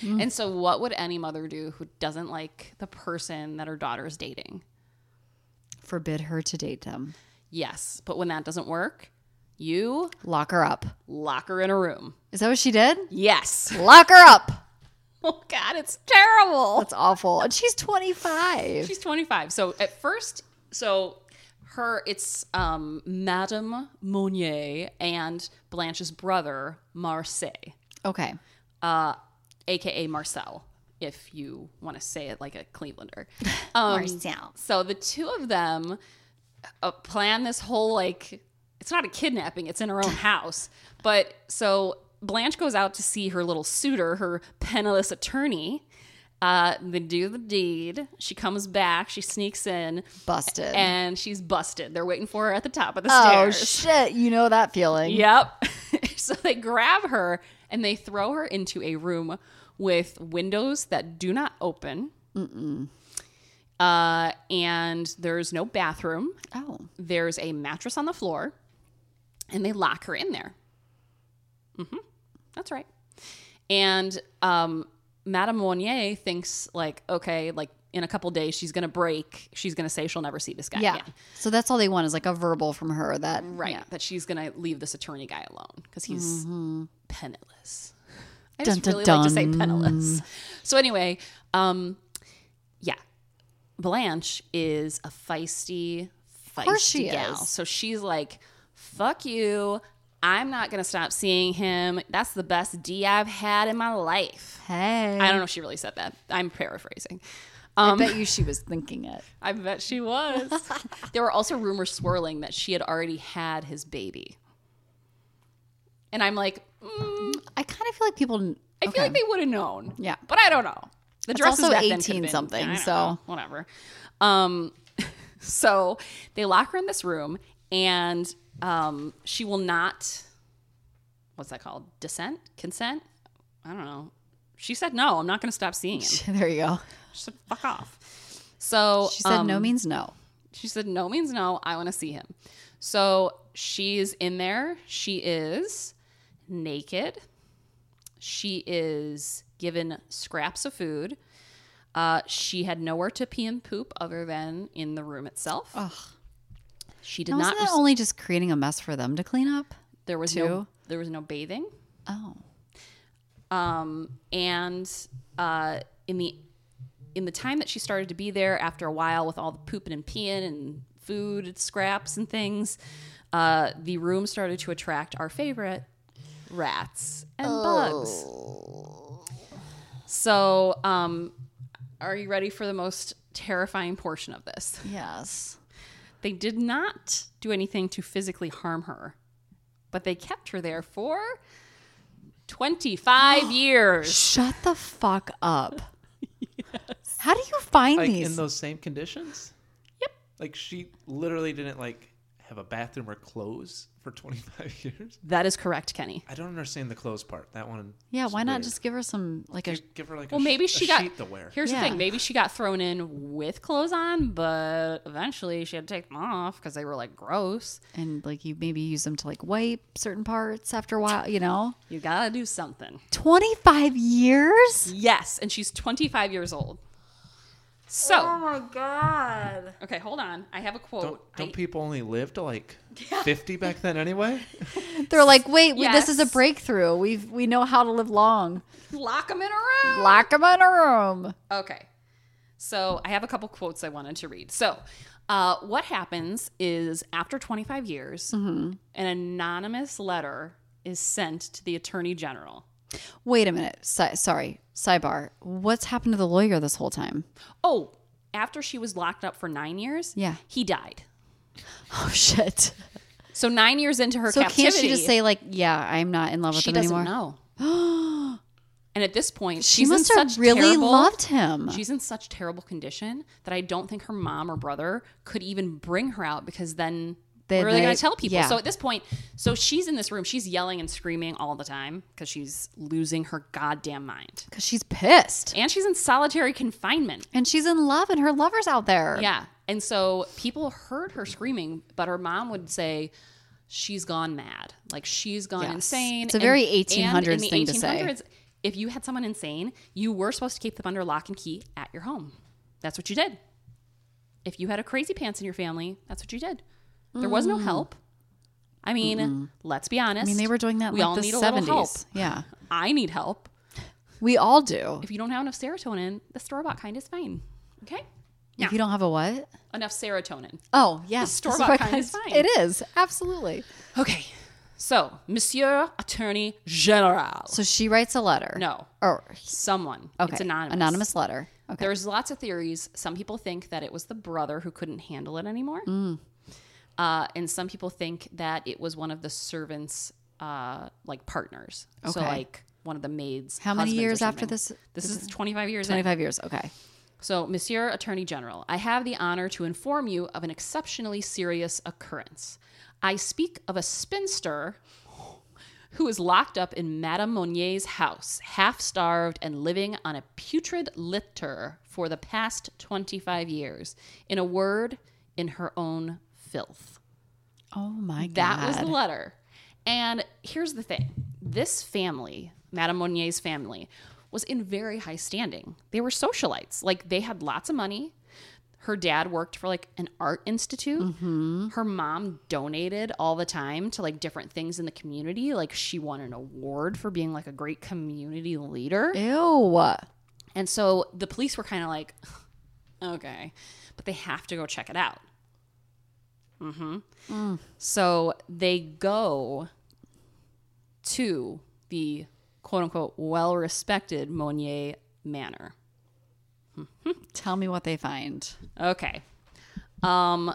Speaker 1: And so, what would any mother do who doesn't like the person that her daughter is dating?
Speaker 2: Forbid her to date him.
Speaker 1: Yes, but when that doesn't work, you
Speaker 2: Lock her up.
Speaker 1: lock her in a room.
Speaker 2: Is that what she did?
Speaker 1: Yes.
Speaker 2: Lock her up.
Speaker 1: Oh God, it's terrible.
Speaker 2: That's awful. And she's 25.
Speaker 1: She's 25. So at first, so her it's um Madame Monnier and Blanche's brother Marseille,
Speaker 2: Okay.
Speaker 1: uh, aka Marcel, if you want to say it like a Clevelander. Um,
Speaker 2: Marcel.
Speaker 1: So the two of them uh, plan this whole like it's not a kidnapping; it's in her own house. But so Blanche goes out to see her little suitor, her penniless attorney. Uh, they do the deed. She comes back. She sneaks in,
Speaker 2: Busted.
Speaker 1: and she's busted. They're waiting for her at the top of the
Speaker 2: oh,
Speaker 1: stairs.
Speaker 2: shit. You know that feeling.
Speaker 1: Yep. so they grab her and they throw her into a room with windows that do not open. Uh, and there's no bathroom.
Speaker 2: Oh.
Speaker 1: There's a mattress on the floor, and they lock her in there. hmm That's right. And um, Madame Monnier thinks like, okay, like in a couple days she's gonna break. She's gonna say she'll never see this guy
Speaker 2: Yeah.
Speaker 1: again
Speaker 2: So that's all they want is like a verbal from her that
Speaker 1: right that she's gonna leave this attorney guy alone because he's
Speaker 2: Mm-hmm.
Speaker 1: penniless i
Speaker 2: Dun,
Speaker 1: just
Speaker 2: dun,
Speaker 1: really like to say penniless so anyway um yeah blanche is a feisty feisty
Speaker 2: course she
Speaker 1: gal
Speaker 2: is.
Speaker 1: so she's like fuck you i'm not gonna stop seeing him that's the best d i've had in my life
Speaker 2: hey.
Speaker 1: i don't know if she really said that i'm paraphrasing
Speaker 2: I bet you she was thinking it.
Speaker 1: i bet she was there were also rumors swirling that she had already had his baby and i'm like mm,
Speaker 2: I kind of feel like people.
Speaker 1: i feel like they would have known
Speaker 2: Yeah.
Speaker 1: but i don't know the
Speaker 2: That's
Speaker 1: dress
Speaker 2: also
Speaker 1: back then could've
Speaker 2: 18
Speaker 1: been-
Speaker 2: something,
Speaker 1: I don't
Speaker 2: so-
Speaker 1: know, whatever um so they lock her in this room and um she will not what's that called dissent consent i don't know she said no i'm not going to stop seeing him
Speaker 2: There you go.
Speaker 1: she said fuck off so
Speaker 2: She said
Speaker 1: um,
Speaker 2: no means no.
Speaker 1: she said, No means no. I want to see him. So she's in there. She is naked. She is given scraps of food. Uh, she had nowhere to pee and poop other than in the room itself.
Speaker 2: Ugh.
Speaker 1: She did
Speaker 2: Now,
Speaker 1: not.
Speaker 2: wasn't that
Speaker 1: rec-
Speaker 2: only just creating a mess for them to clean up?
Speaker 1: there was
Speaker 2: two?
Speaker 1: no. There was no bathing.
Speaker 2: Oh.
Speaker 1: um, and uh, in the in the time that she started to be there after a while with all the pooping and peeing and food and scraps and things uh, the room started to attract our favorite rats and bugs so um, are you ready for the most terrifying portion of this
Speaker 2: Yes.
Speaker 1: they did not do anything to physically harm her but they kept her there for 25 years
Speaker 2: Shut the fuck up. How do you find
Speaker 3: like
Speaker 2: these?
Speaker 3: in those same conditions.
Speaker 1: Yep.
Speaker 3: Like she literally didn't like have a bathroom or clothes for 25 years.
Speaker 1: That is correct, Kenny.
Speaker 3: I don't understand the clothes part. That one.
Speaker 2: yeah,
Speaker 3: is
Speaker 2: why not
Speaker 3: weird.
Speaker 2: just give her some like a
Speaker 3: give, give her like
Speaker 1: Well,
Speaker 3: a, sh-
Speaker 1: maybe
Speaker 3: a
Speaker 1: she got.
Speaker 3: sheet to wear.
Speaker 1: Here's
Speaker 2: Yeah.
Speaker 1: the thing: maybe she got thrown in with clothes on, but eventually she had to take them off because they were like gross.
Speaker 2: and like you maybe use them to like wipe certain parts after a while, you know?
Speaker 1: You gotta do something.
Speaker 2: 25 years?
Speaker 1: Yes, and she's 25 years old. So. Oh my god. Okay, hold on. I have a quote.
Speaker 2: oh,
Speaker 3: Don't, don't
Speaker 1: I-
Speaker 3: people only live to like 50 back then anyway?
Speaker 2: They're like, "Wait, we, this is a
Speaker 1: Yes.
Speaker 2: breakthrough. We have we know how to live long.
Speaker 1: lock them in a room.
Speaker 2: Lock them in a room."
Speaker 1: Okay. So I have a couple quotes I wanted to read. So, uh, what happens is after 25 years, an anonymous letter is sent to the attorney general.
Speaker 2: Wait a minute. Si- sorry. Sidebar. What's happened to the lawyer this whole time?
Speaker 1: Oh, after she was locked up for nine years,
Speaker 2: Yeah.
Speaker 1: he died.
Speaker 2: Oh shit.
Speaker 1: So nine years into her
Speaker 2: So
Speaker 1: captivity,
Speaker 2: can't she just say like, yeah, I'm not in love with
Speaker 1: she
Speaker 2: him
Speaker 1: doesn't
Speaker 2: anymore?
Speaker 1: know? and at this point,
Speaker 2: She
Speaker 1: she's
Speaker 2: must
Speaker 1: in
Speaker 2: have
Speaker 1: such
Speaker 2: really
Speaker 1: terrible,
Speaker 2: loved him.
Speaker 1: She's in such terrible condition that I don't think her mom or brother could even bring her out because then
Speaker 2: Then
Speaker 1: where are they going
Speaker 2: they-
Speaker 1: to tell people?
Speaker 2: yeah.
Speaker 1: So at this point, so she's in this room. She's yelling and screaming all the time because she's losing her goddamn mind.
Speaker 2: Because she's pissed.
Speaker 1: And she's in solitary confinement.
Speaker 2: And she's in love and her lover's out there.
Speaker 1: Yeah. And so people heard her screaming, but her mom would say, she's gone mad. Like she's gone
Speaker 2: Yes.
Speaker 1: insane.
Speaker 2: It's a
Speaker 1: And-
Speaker 2: very
Speaker 1: and in
Speaker 2: 1800s
Speaker 1: the
Speaker 2: thing to say.
Speaker 1: 1800s, If you had someone insane, you were supposed to keep them under lock and key at your home. That's what you did. If you had a crazy pants in your family, that's what you did. There was no help. I mean, let's be honest.
Speaker 2: Mm. I mean, they were doing that in
Speaker 1: We
Speaker 2: like
Speaker 1: all
Speaker 2: the
Speaker 1: need a little
Speaker 2: 70s.
Speaker 1: help.
Speaker 2: Yeah.
Speaker 1: I need help.
Speaker 2: We all do.
Speaker 1: If you don't have enough serotonin, the store bought kind is fine. Okay?
Speaker 2: If you don't have a what?
Speaker 1: Enough serotonin.
Speaker 2: Oh, yeah.
Speaker 1: store-bought
Speaker 2: That's what
Speaker 1: kind
Speaker 2: I-
Speaker 1: is fine.
Speaker 2: It is. Absolutely.
Speaker 1: Okay. So, Monsieur Attorney General.
Speaker 2: So she writes a letter.
Speaker 1: No.
Speaker 2: Or
Speaker 1: Someone.
Speaker 2: okay.
Speaker 1: It's anonymous.
Speaker 2: Anonymous letter. Okay.
Speaker 1: There's lots of theories. Some people think that it was the brother who couldn't handle it anymore.
Speaker 2: Mm.
Speaker 1: Uh, and some people think that it was one of the servants, uh, like partners. So,
Speaker 2: Okay.
Speaker 1: like one of the maids.
Speaker 2: How many
Speaker 1: husbands or
Speaker 2: years after
Speaker 1: something.
Speaker 2: this-
Speaker 1: This is 25 years. in.
Speaker 2: 25 years. Okay.
Speaker 1: So, Monsieur Attorney General, I have the honor to inform you of an exceptionally serious occurrence. I speak of a spinster who is locked up in Madame Monnier's house, half starved and living on a putrid litter for the past 25 years. In a word, in her own filth.
Speaker 2: Oh my God.
Speaker 1: That was the letter. And here's the thing this family, Madame Monnier's family, was in very high standing. They were socialites. Like they had lots of money. Her dad worked for like an art institute. Her mom donated all the time to like different things in the community. Like she won an award for being like a great community leader.
Speaker 2: Ew.
Speaker 1: And so the police were kind of like, okay, but they have to go check it out. Mm-hmm. So they go to the quote unquote well respected Monier Manor.
Speaker 2: Tell me what they find.
Speaker 1: Okay. Um,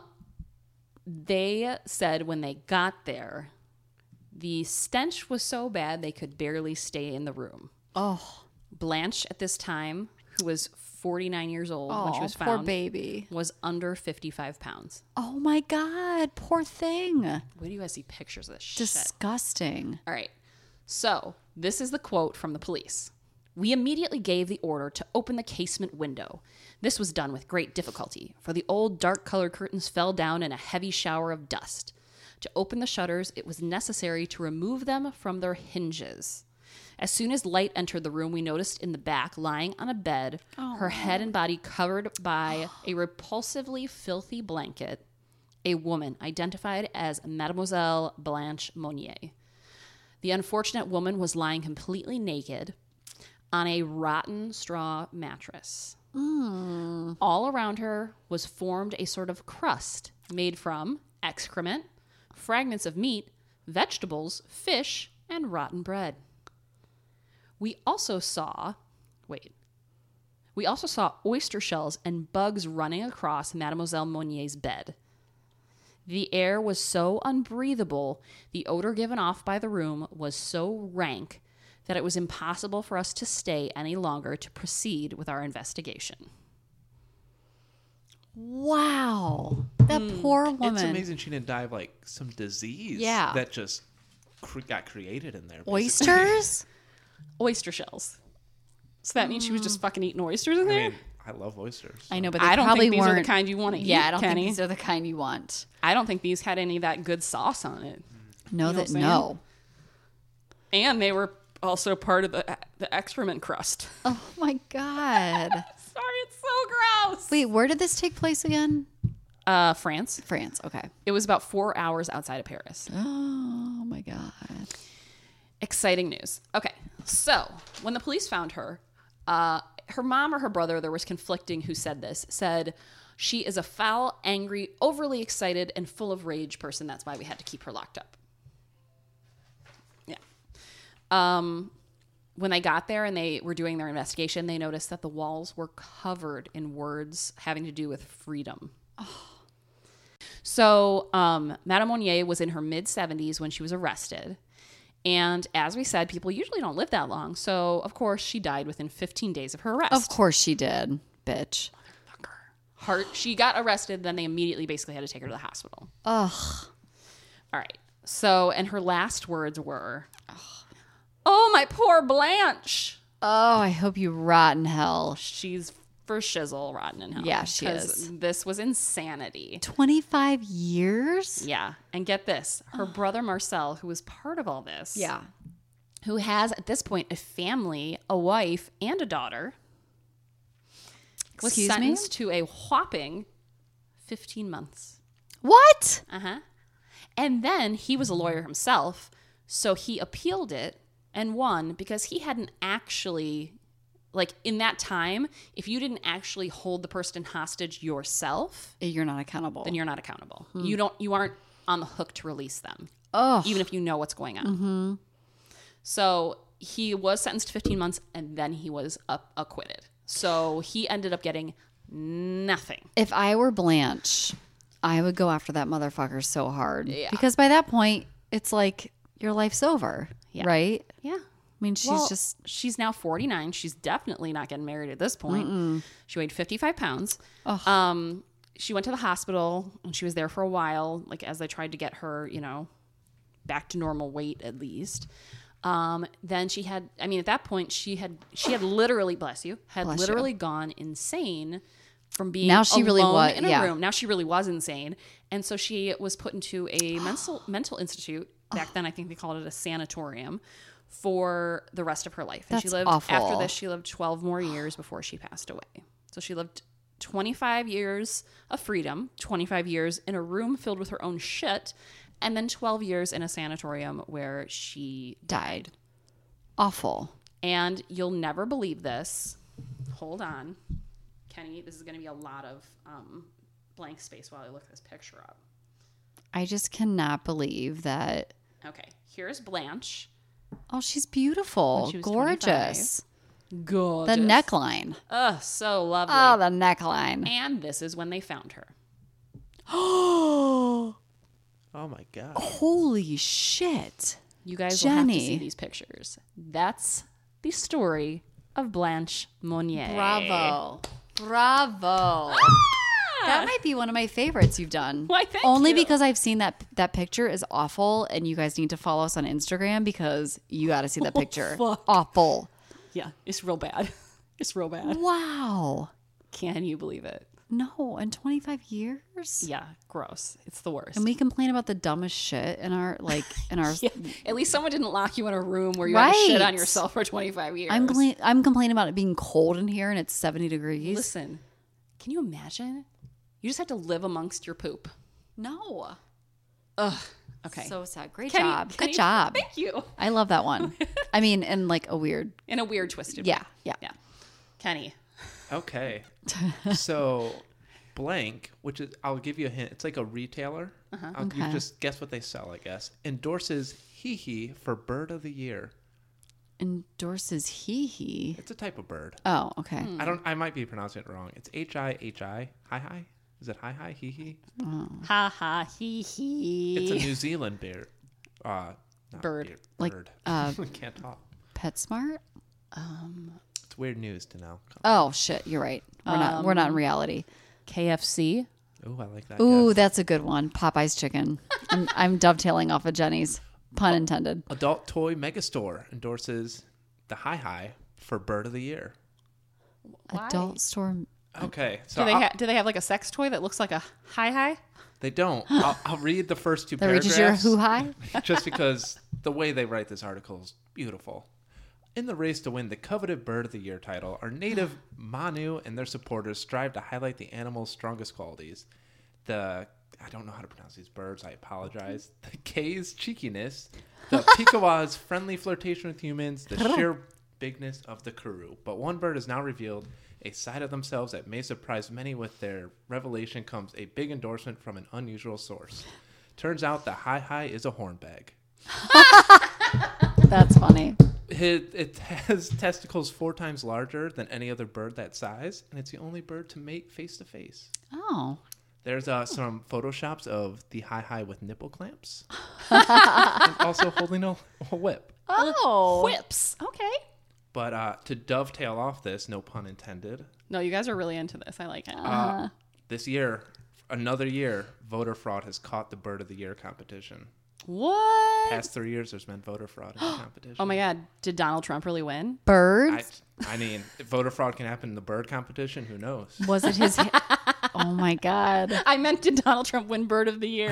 Speaker 1: they said when they got there, the stench was so bad they could barely stay in the room.
Speaker 2: Oh,
Speaker 1: Blanche at this time, who was 49 years old when she was
Speaker 2: poor
Speaker 1: found,
Speaker 2: baby.
Speaker 1: was under 55 pounds.
Speaker 2: Oh my God, poor thing.
Speaker 1: Where do you guys see pictures of this shit?
Speaker 2: Disgusting.
Speaker 1: All right. So, this is the quote from the police. We immediately gave the order to open the casement window. This was done with great difficulty, for the old dark colored curtains fell down in a heavy shower of dust. To open the shutters, it was necessary to remove them from their hinges. As soon as light entered the room, we noticed in the back, lying on a bed, her head and body covered by a repulsively filthy blanket, a woman identified as Mademoiselle Blanche Monnier. The unfortunate woman was lying completely naked on a rotten straw mattress. All around her was formed a sort of crust made from excrement, fragments of meat, vegetables, fish, and rotten bread. We also saw, wait, we also saw oyster shells and bugs running across Mademoiselle Monnier's bed. The air was so unbreathable, the odor given off by the room was so rank that it was impossible for us to stay any longer to proceed with our investigation.
Speaker 2: Wow. That poor woman.
Speaker 3: It's amazing she didn't die of like some disease.
Speaker 2: Oh, Yeah.
Speaker 3: That just cre- got created in there. basically.
Speaker 2: Oysters?
Speaker 1: Oyster shells. So that means she was just
Speaker 2: Mm.
Speaker 1: fucking eating oysters in
Speaker 3: I
Speaker 1: there?
Speaker 3: mean, I love oysters.
Speaker 2: I know, but they
Speaker 1: I don't
Speaker 2: probably
Speaker 1: think these
Speaker 2: weren't.
Speaker 1: are the kind you want to eat,
Speaker 2: yeah, I don't
Speaker 1: Kenny.
Speaker 2: think these are the kind you want.
Speaker 1: I don't think these had any of that good sauce on it.
Speaker 2: No,
Speaker 1: what
Speaker 2: that
Speaker 1: I'm saying?
Speaker 2: no.
Speaker 1: And they were also part of the, the excrement crust.
Speaker 2: Oh my God.
Speaker 1: Sorry, it's so gross.
Speaker 2: Wait, where did this take place again?
Speaker 1: Uh, France.
Speaker 2: France. Okay.
Speaker 1: It was about four hours outside of Paris.
Speaker 2: Oh my God.
Speaker 1: Exciting news. Okay, so when the police found her, uh, her mom or her brother, there was conflicting who said this, said, She is a foul, angry, overly excited, and full of rage person. That's why we had to keep her locked up. Yeah. Um, when they got there and they were doing their investigation, they noticed that the walls were covered in words having to do with freedom. So, um, Madame Monnier was in her mid 70s when she was arrested. And as we said, people usually don't live that long. So, of course, she died within 15 days of her arrest.
Speaker 2: Of course she did, bitch.
Speaker 1: Heart, she got arrested, then they immediately basically had to take her to the hospital.
Speaker 2: Ugh.
Speaker 1: All right. So, and her last words were, Oh, my poor Blanche.
Speaker 2: Oh, I hope you rot in hell.
Speaker 1: She's for shizzle rotten in hell.
Speaker 2: Yeah, she
Speaker 1: 'Cause
Speaker 2: is.
Speaker 1: This was insanity.
Speaker 2: 25 years?
Speaker 1: Yeah. And get this her brother Marcel, who was part of all this, who has at this point a family, a wife, and a daughter, was
Speaker 2: Excuse me?
Speaker 1: sentenced to a whopping 15 months.
Speaker 2: What?
Speaker 1: Uh huh. And then he was a lawyer himself, so he appealed it and won because he hadn't actually, like, in that time, if you didn't actually hold the person hostage yourself,
Speaker 2: You're not accountable.
Speaker 1: then you're not accountable. You don't, you aren't on the hook to release them,
Speaker 2: Ugh.
Speaker 1: even if you know what's going on. So he was sentenced to 15 months, and then he was up, acquitted. So he ended up getting nothing.
Speaker 2: If I were Blanche, I would go after that motherfucker so hard. Because by that point, it's like your life's over, right? I
Speaker 1: Yeah.
Speaker 2: mean, she's
Speaker 1: Well,
Speaker 2: just
Speaker 1: she's now 49 she's definitely not getting married at this point she weighed 55 pounds um she went to the hospital and she was there for a while like as they tried to get her you know back to normal weight at least um then she had i mean at that point she had she had literally bless you had
Speaker 2: Bless you.
Speaker 1: literally gone insane from being
Speaker 2: Now she really
Speaker 1: alone
Speaker 2: wa-
Speaker 1: in a
Speaker 2: yeah.
Speaker 1: room now she really was insane and so she was put into a mental mental institute back then i think they called it a sanatorium for the rest of her life and she
Speaker 2: That's
Speaker 1: lived after
Speaker 2: awful.
Speaker 1: this she lived 12 more years before she passed away so she lived 25 years of freedom 25 years in a room filled with her own shit and then 12 years in a sanatorium where she
Speaker 2: died. Awful.
Speaker 1: and you'll never believe this. Hold on. Kenny, this is going to be a lot of um, blank space while I look this picture up.
Speaker 2: I just cannot believe that.
Speaker 1: Okay, here's Blanche.
Speaker 2: Oh, she's beautiful,
Speaker 1: When she was
Speaker 2: gorgeous.
Speaker 5: God.
Speaker 2: The neckline.
Speaker 1: Ugh, so lovely.
Speaker 2: Oh, the neckline.
Speaker 1: and this is when they found her.
Speaker 3: Oh my god.
Speaker 2: Holy shit.
Speaker 1: You guys will have to see
Speaker 2: Jenny.
Speaker 1: these pictures. That's the story of Blanche Monnier.
Speaker 2: Bravo. Bravo. That might be one of my favorites you've done.
Speaker 1: Ah! Why, thank
Speaker 2: Only
Speaker 1: you.
Speaker 2: because I've seen that that picture is awful, and you guys need to follow us on Instagram because you got to see
Speaker 1: Oh,
Speaker 2: that picture.
Speaker 5: fuck.
Speaker 2: Awful.
Speaker 5: Yeah, it's real bad. It's real bad.
Speaker 2: Wow.
Speaker 1: Can you believe it?
Speaker 2: No, in 25 years.
Speaker 1: Yeah, gross. It's the worst.
Speaker 2: And we complain about the dumbest shit in our like in our.
Speaker 1: At least someone didn't lock you in a room where you had to shit
Speaker 2: Right.
Speaker 1: on yourself for 25 years.
Speaker 2: I'm gla- I'm complaining about it being cold in here and it's 70 degrees.
Speaker 1: Listen, can you imagine? You just have to live amongst your poop.
Speaker 2: No.
Speaker 1: Ugh. Okay.
Speaker 2: So sad. Great
Speaker 1: Can you-
Speaker 2: job.
Speaker 1: can
Speaker 2: Good
Speaker 1: you-
Speaker 2: job.
Speaker 1: Thank you.
Speaker 2: I love that one. I mean, in like a weird.
Speaker 1: In a weird twisted.
Speaker 2: Yeah.
Speaker 1: Way.
Speaker 2: Yeah.
Speaker 1: Yeah. Kenny.
Speaker 3: Okay. so blank, which is I'll give you a hint. It's like a retailer. I'll, You
Speaker 2: Okay.
Speaker 3: just guess what they sell, I guess. Endorses hee hee for bird of the year.
Speaker 2: Endorses hee hee.
Speaker 3: It's a type of bird.
Speaker 2: Oh, okay.
Speaker 3: I don't I might be pronouncing it wrong. It's H I H I. Hi hi. Is it hi hi hee hee?
Speaker 1: Ha ha hee
Speaker 3: It's a
Speaker 1: hee.
Speaker 3: New Zealand bear. Uh not
Speaker 1: Bird.
Speaker 3: bear,
Speaker 2: Like,
Speaker 3: bird.
Speaker 2: uh,
Speaker 3: can't talk.
Speaker 2: PetSmart.
Speaker 3: It's weird news to know.
Speaker 2: Oh shit, you're right. We're not. We're not in reality.
Speaker 1: KFC.
Speaker 3: Oh, I like that.
Speaker 2: Ooh,
Speaker 3: guess.
Speaker 2: that's a good one. Popeye's chicken. I'm, I'm dovetailing off of Jenny's. Pun intended.
Speaker 3: Adult Toy Megastore endorses the hi hi for bird of the year.
Speaker 2: Adult store.
Speaker 3: Okay, so
Speaker 1: Do they,
Speaker 3: I'll-
Speaker 1: ha- do they have like a sex toy that looks like a hi hi?
Speaker 3: They don't. I'll, I'll read the first two
Speaker 2: That reaches
Speaker 3: paragraphs.
Speaker 2: your hoo ha.
Speaker 3: just because the way they write this article is beautiful. In the race to win the coveted Bird of the Year title, our native Manu and their supporters strive to highlight the animal's strongest qualities. The I don't know how to pronounce these birds. I apologize. The K's cheekiness, the Pikawa's friendly flirtation with humans, the sheer bigness of the Karoo. But one bird has now revealed a side of themselves that may surprise many. With their revelation comes a big endorsement from an unusual source. Turns out the hi hi is a hornbag.
Speaker 2: That's funny.
Speaker 3: It, it has testicles four times larger than any other bird that size, and it's the only bird to mate face to face.
Speaker 2: Oh,
Speaker 3: There's uh, some photoshops of the hi hi with nipple clamps, and also holding a, a whip.
Speaker 2: oh,
Speaker 1: Whips. Okay.
Speaker 3: But uh, to dovetail off this, no pun intended,
Speaker 1: No, you guys are really into this. I like it.
Speaker 3: uh, this year, another year, voter fraud has caught the bird of the year competition.
Speaker 1: what?
Speaker 3: Past three years, there's been voter fraud in the competition.
Speaker 1: Oh my God. Did Donald Trump really win?
Speaker 3: I,
Speaker 2: birds.
Speaker 3: I mean, if voter fraud can happen in the bird competition. Who knows?
Speaker 2: Was it his? oh my god!
Speaker 1: I meant did Donald Trump win Bird of the Year?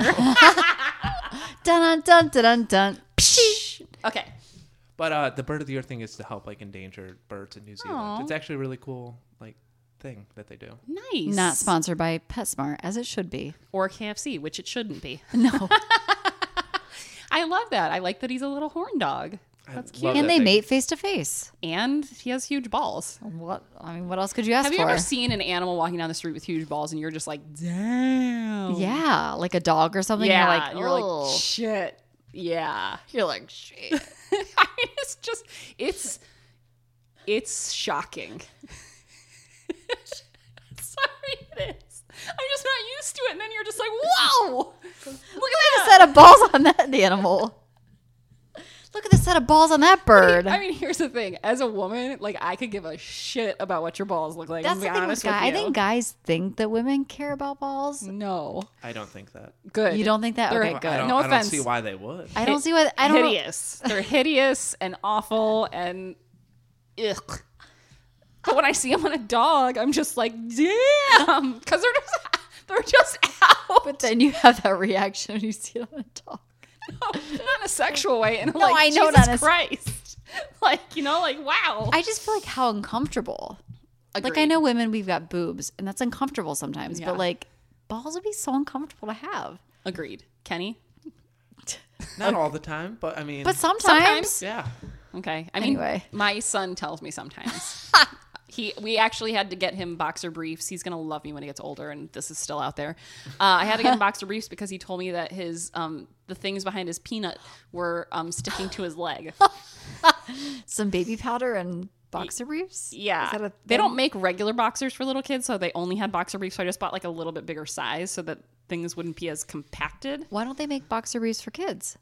Speaker 2: Dun dun dun dun dun.
Speaker 1: okay.
Speaker 3: But uh, the bird of the year thing is to help like endangered birds in New Zealand.
Speaker 1: Aw.
Speaker 3: It's actually a really cool like thing that they do.
Speaker 1: Nice.
Speaker 2: Not sponsored by PetSmart, as it should be.
Speaker 1: or KFC, which it shouldn't be.
Speaker 2: No,
Speaker 1: I love that. I like that he's a little horn dog.
Speaker 3: I
Speaker 1: That's
Speaker 3: love
Speaker 1: cute.
Speaker 3: that
Speaker 2: and they
Speaker 3: thing.
Speaker 2: mate face to face.
Speaker 1: And he has huge balls.
Speaker 2: What? I mean, what else could you ask
Speaker 1: Have you
Speaker 2: for?
Speaker 1: ever seen an animal walking down the street with huge balls and you're just like,
Speaker 5: Damn.
Speaker 2: yeah, like a dog or something.
Speaker 1: yeah,
Speaker 2: you're like,
Speaker 1: and you're like,
Speaker 2: "Ugh."
Speaker 1: shit. Yeah.
Speaker 2: you're like, shit.
Speaker 1: I mean, it's just, it's, it's shocking. Sorry, it is. I'm just not used to it. And then you're just like, whoa.
Speaker 2: Look at that set of balls on that animal. Look at the set of balls on that bird.
Speaker 1: I mean, here's the thing. As a woman, like I could give a shit about what your balls look like.
Speaker 2: That's
Speaker 1: I'm
Speaker 2: the
Speaker 1: gonna be
Speaker 2: thing with
Speaker 1: honest with
Speaker 2: guys. I
Speaker 1: you.
Speaker 2: think guys think that women care about balls.
Speaker 1: no.
Speaker 3: I don't think that.
Speaker 1: Good.
Speaker 2: You don't think that?
Speaker 1: They're-
Speaker 2: Okay,
Speaker 3: I
Speaker 2: good.
Speaker 3: don't,
Speaker 1: No
Speaker 3: I don't see
Speaker 1: offense.
Speaker 3: why they would.
Speaker 2: I don't see what I don't. know-
Speaker 1: hideous. They're hideous and awful and ugh. But when I see them on a dog, I'm just like, damn, because they're just they're just out,
Speaker 2: But then you have that reaction when you see it on a dog.
Speaker 1: not in a sexual way, and
Speaker 2: No,
Speaker 1: like
Speaker 2: I know
Speaker 1: Jesus
Speaker 2: that is-
Speaker 1: Christ, like you know, like wow.
Speaker 2: I just feel like how uncomfortable. Like I
Speaker 1: Agreed.
Speaker 2: know women, we've got boobs, and that's uncomfortable sometimes.
Speaker 1: Yeah.
Speaker 2: But like balls would be so uncomfortable to have.
Speaker 1: agreed, Kenny.
Speaker 3: Not all the time, but I mean,
Speaker 2: But sometimes,
Speaker 1: Sometimes.
Speaker 3: yeah.
Speaker 1: Okay, I mean,
Speaker 2: Anyway.
Speaker 1: my son tells me sometimes. He, we actually had to get him boxer briefs. He's gonna love me when he gets older, and this is still out there. Uh, I had to get him boxer briefs because he told me that his um, the things behind his peanut were um, sticking to his leg.
Speaker 2: some baby powder and boxer briefs.
Speaker 1: Yeah,
Speaker 2: Is that a
Speaker 1: they don't make regular boxers for little kids, so they only had boxer briefs. So I just bought like a little bit bigger size so that things wouldn't be as compacted.
Speaker 2: Why don't they make boxer briefs for kids?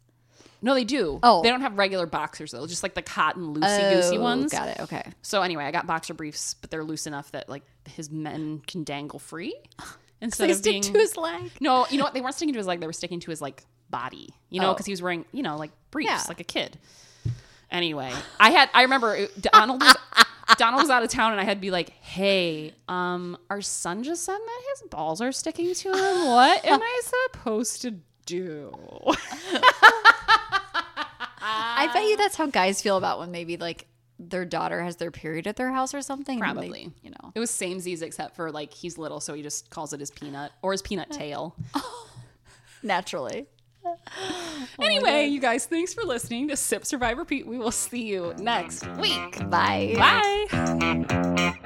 Speaker 1: No, they do.
Speaker 2: Oh.
Speaker 1: they don't have regular boxers though, just like the cotton loosey goosey
Speaker 2: Oh,
Speaker 1: ones.
Speaker 2: Got it. Okay.
Speaker 1: So anyway, I got boxer briefs, but they're loose enough that like his men can dangle free instead
Speaker 2: They
Speaker 1: of
Speaker 2: stick
Speaker 1: being.
Speaker 2: to his leg.
Speaker 1: no, you know what? They weren't sticking to his leg; they were sticking to his like body. You know,
Speaker 2: Oh.
Speaker 1: because he was wearing you know like briefs
Speaker 2: Yeah.
Speaker 1: like a kid. Anyway, I had I remember it, Donald was Donald was out of town, and I had to be like, "Hey, um, our son just said that his balls are sticking to him. What am I supposed to do?"
Speaker 2: I bet
Speaker 1: Ah.
Speaker 2: you that's how guys feel about when maybe like their daughter has their period at their house or something. and they-
Speaker 1: Probably.
Speaker 2: you know.
Speaker 1: It was same Z's except for like he's little, so he just calls it his peanut or his peanut tail.
Speaker 2: Naturally.
Speaker 1: anyway, you guys, thanks for listening to Sip Survivor Pete. We will see you next week.
Speaker 2: Bye.
Speaker 1: Bye.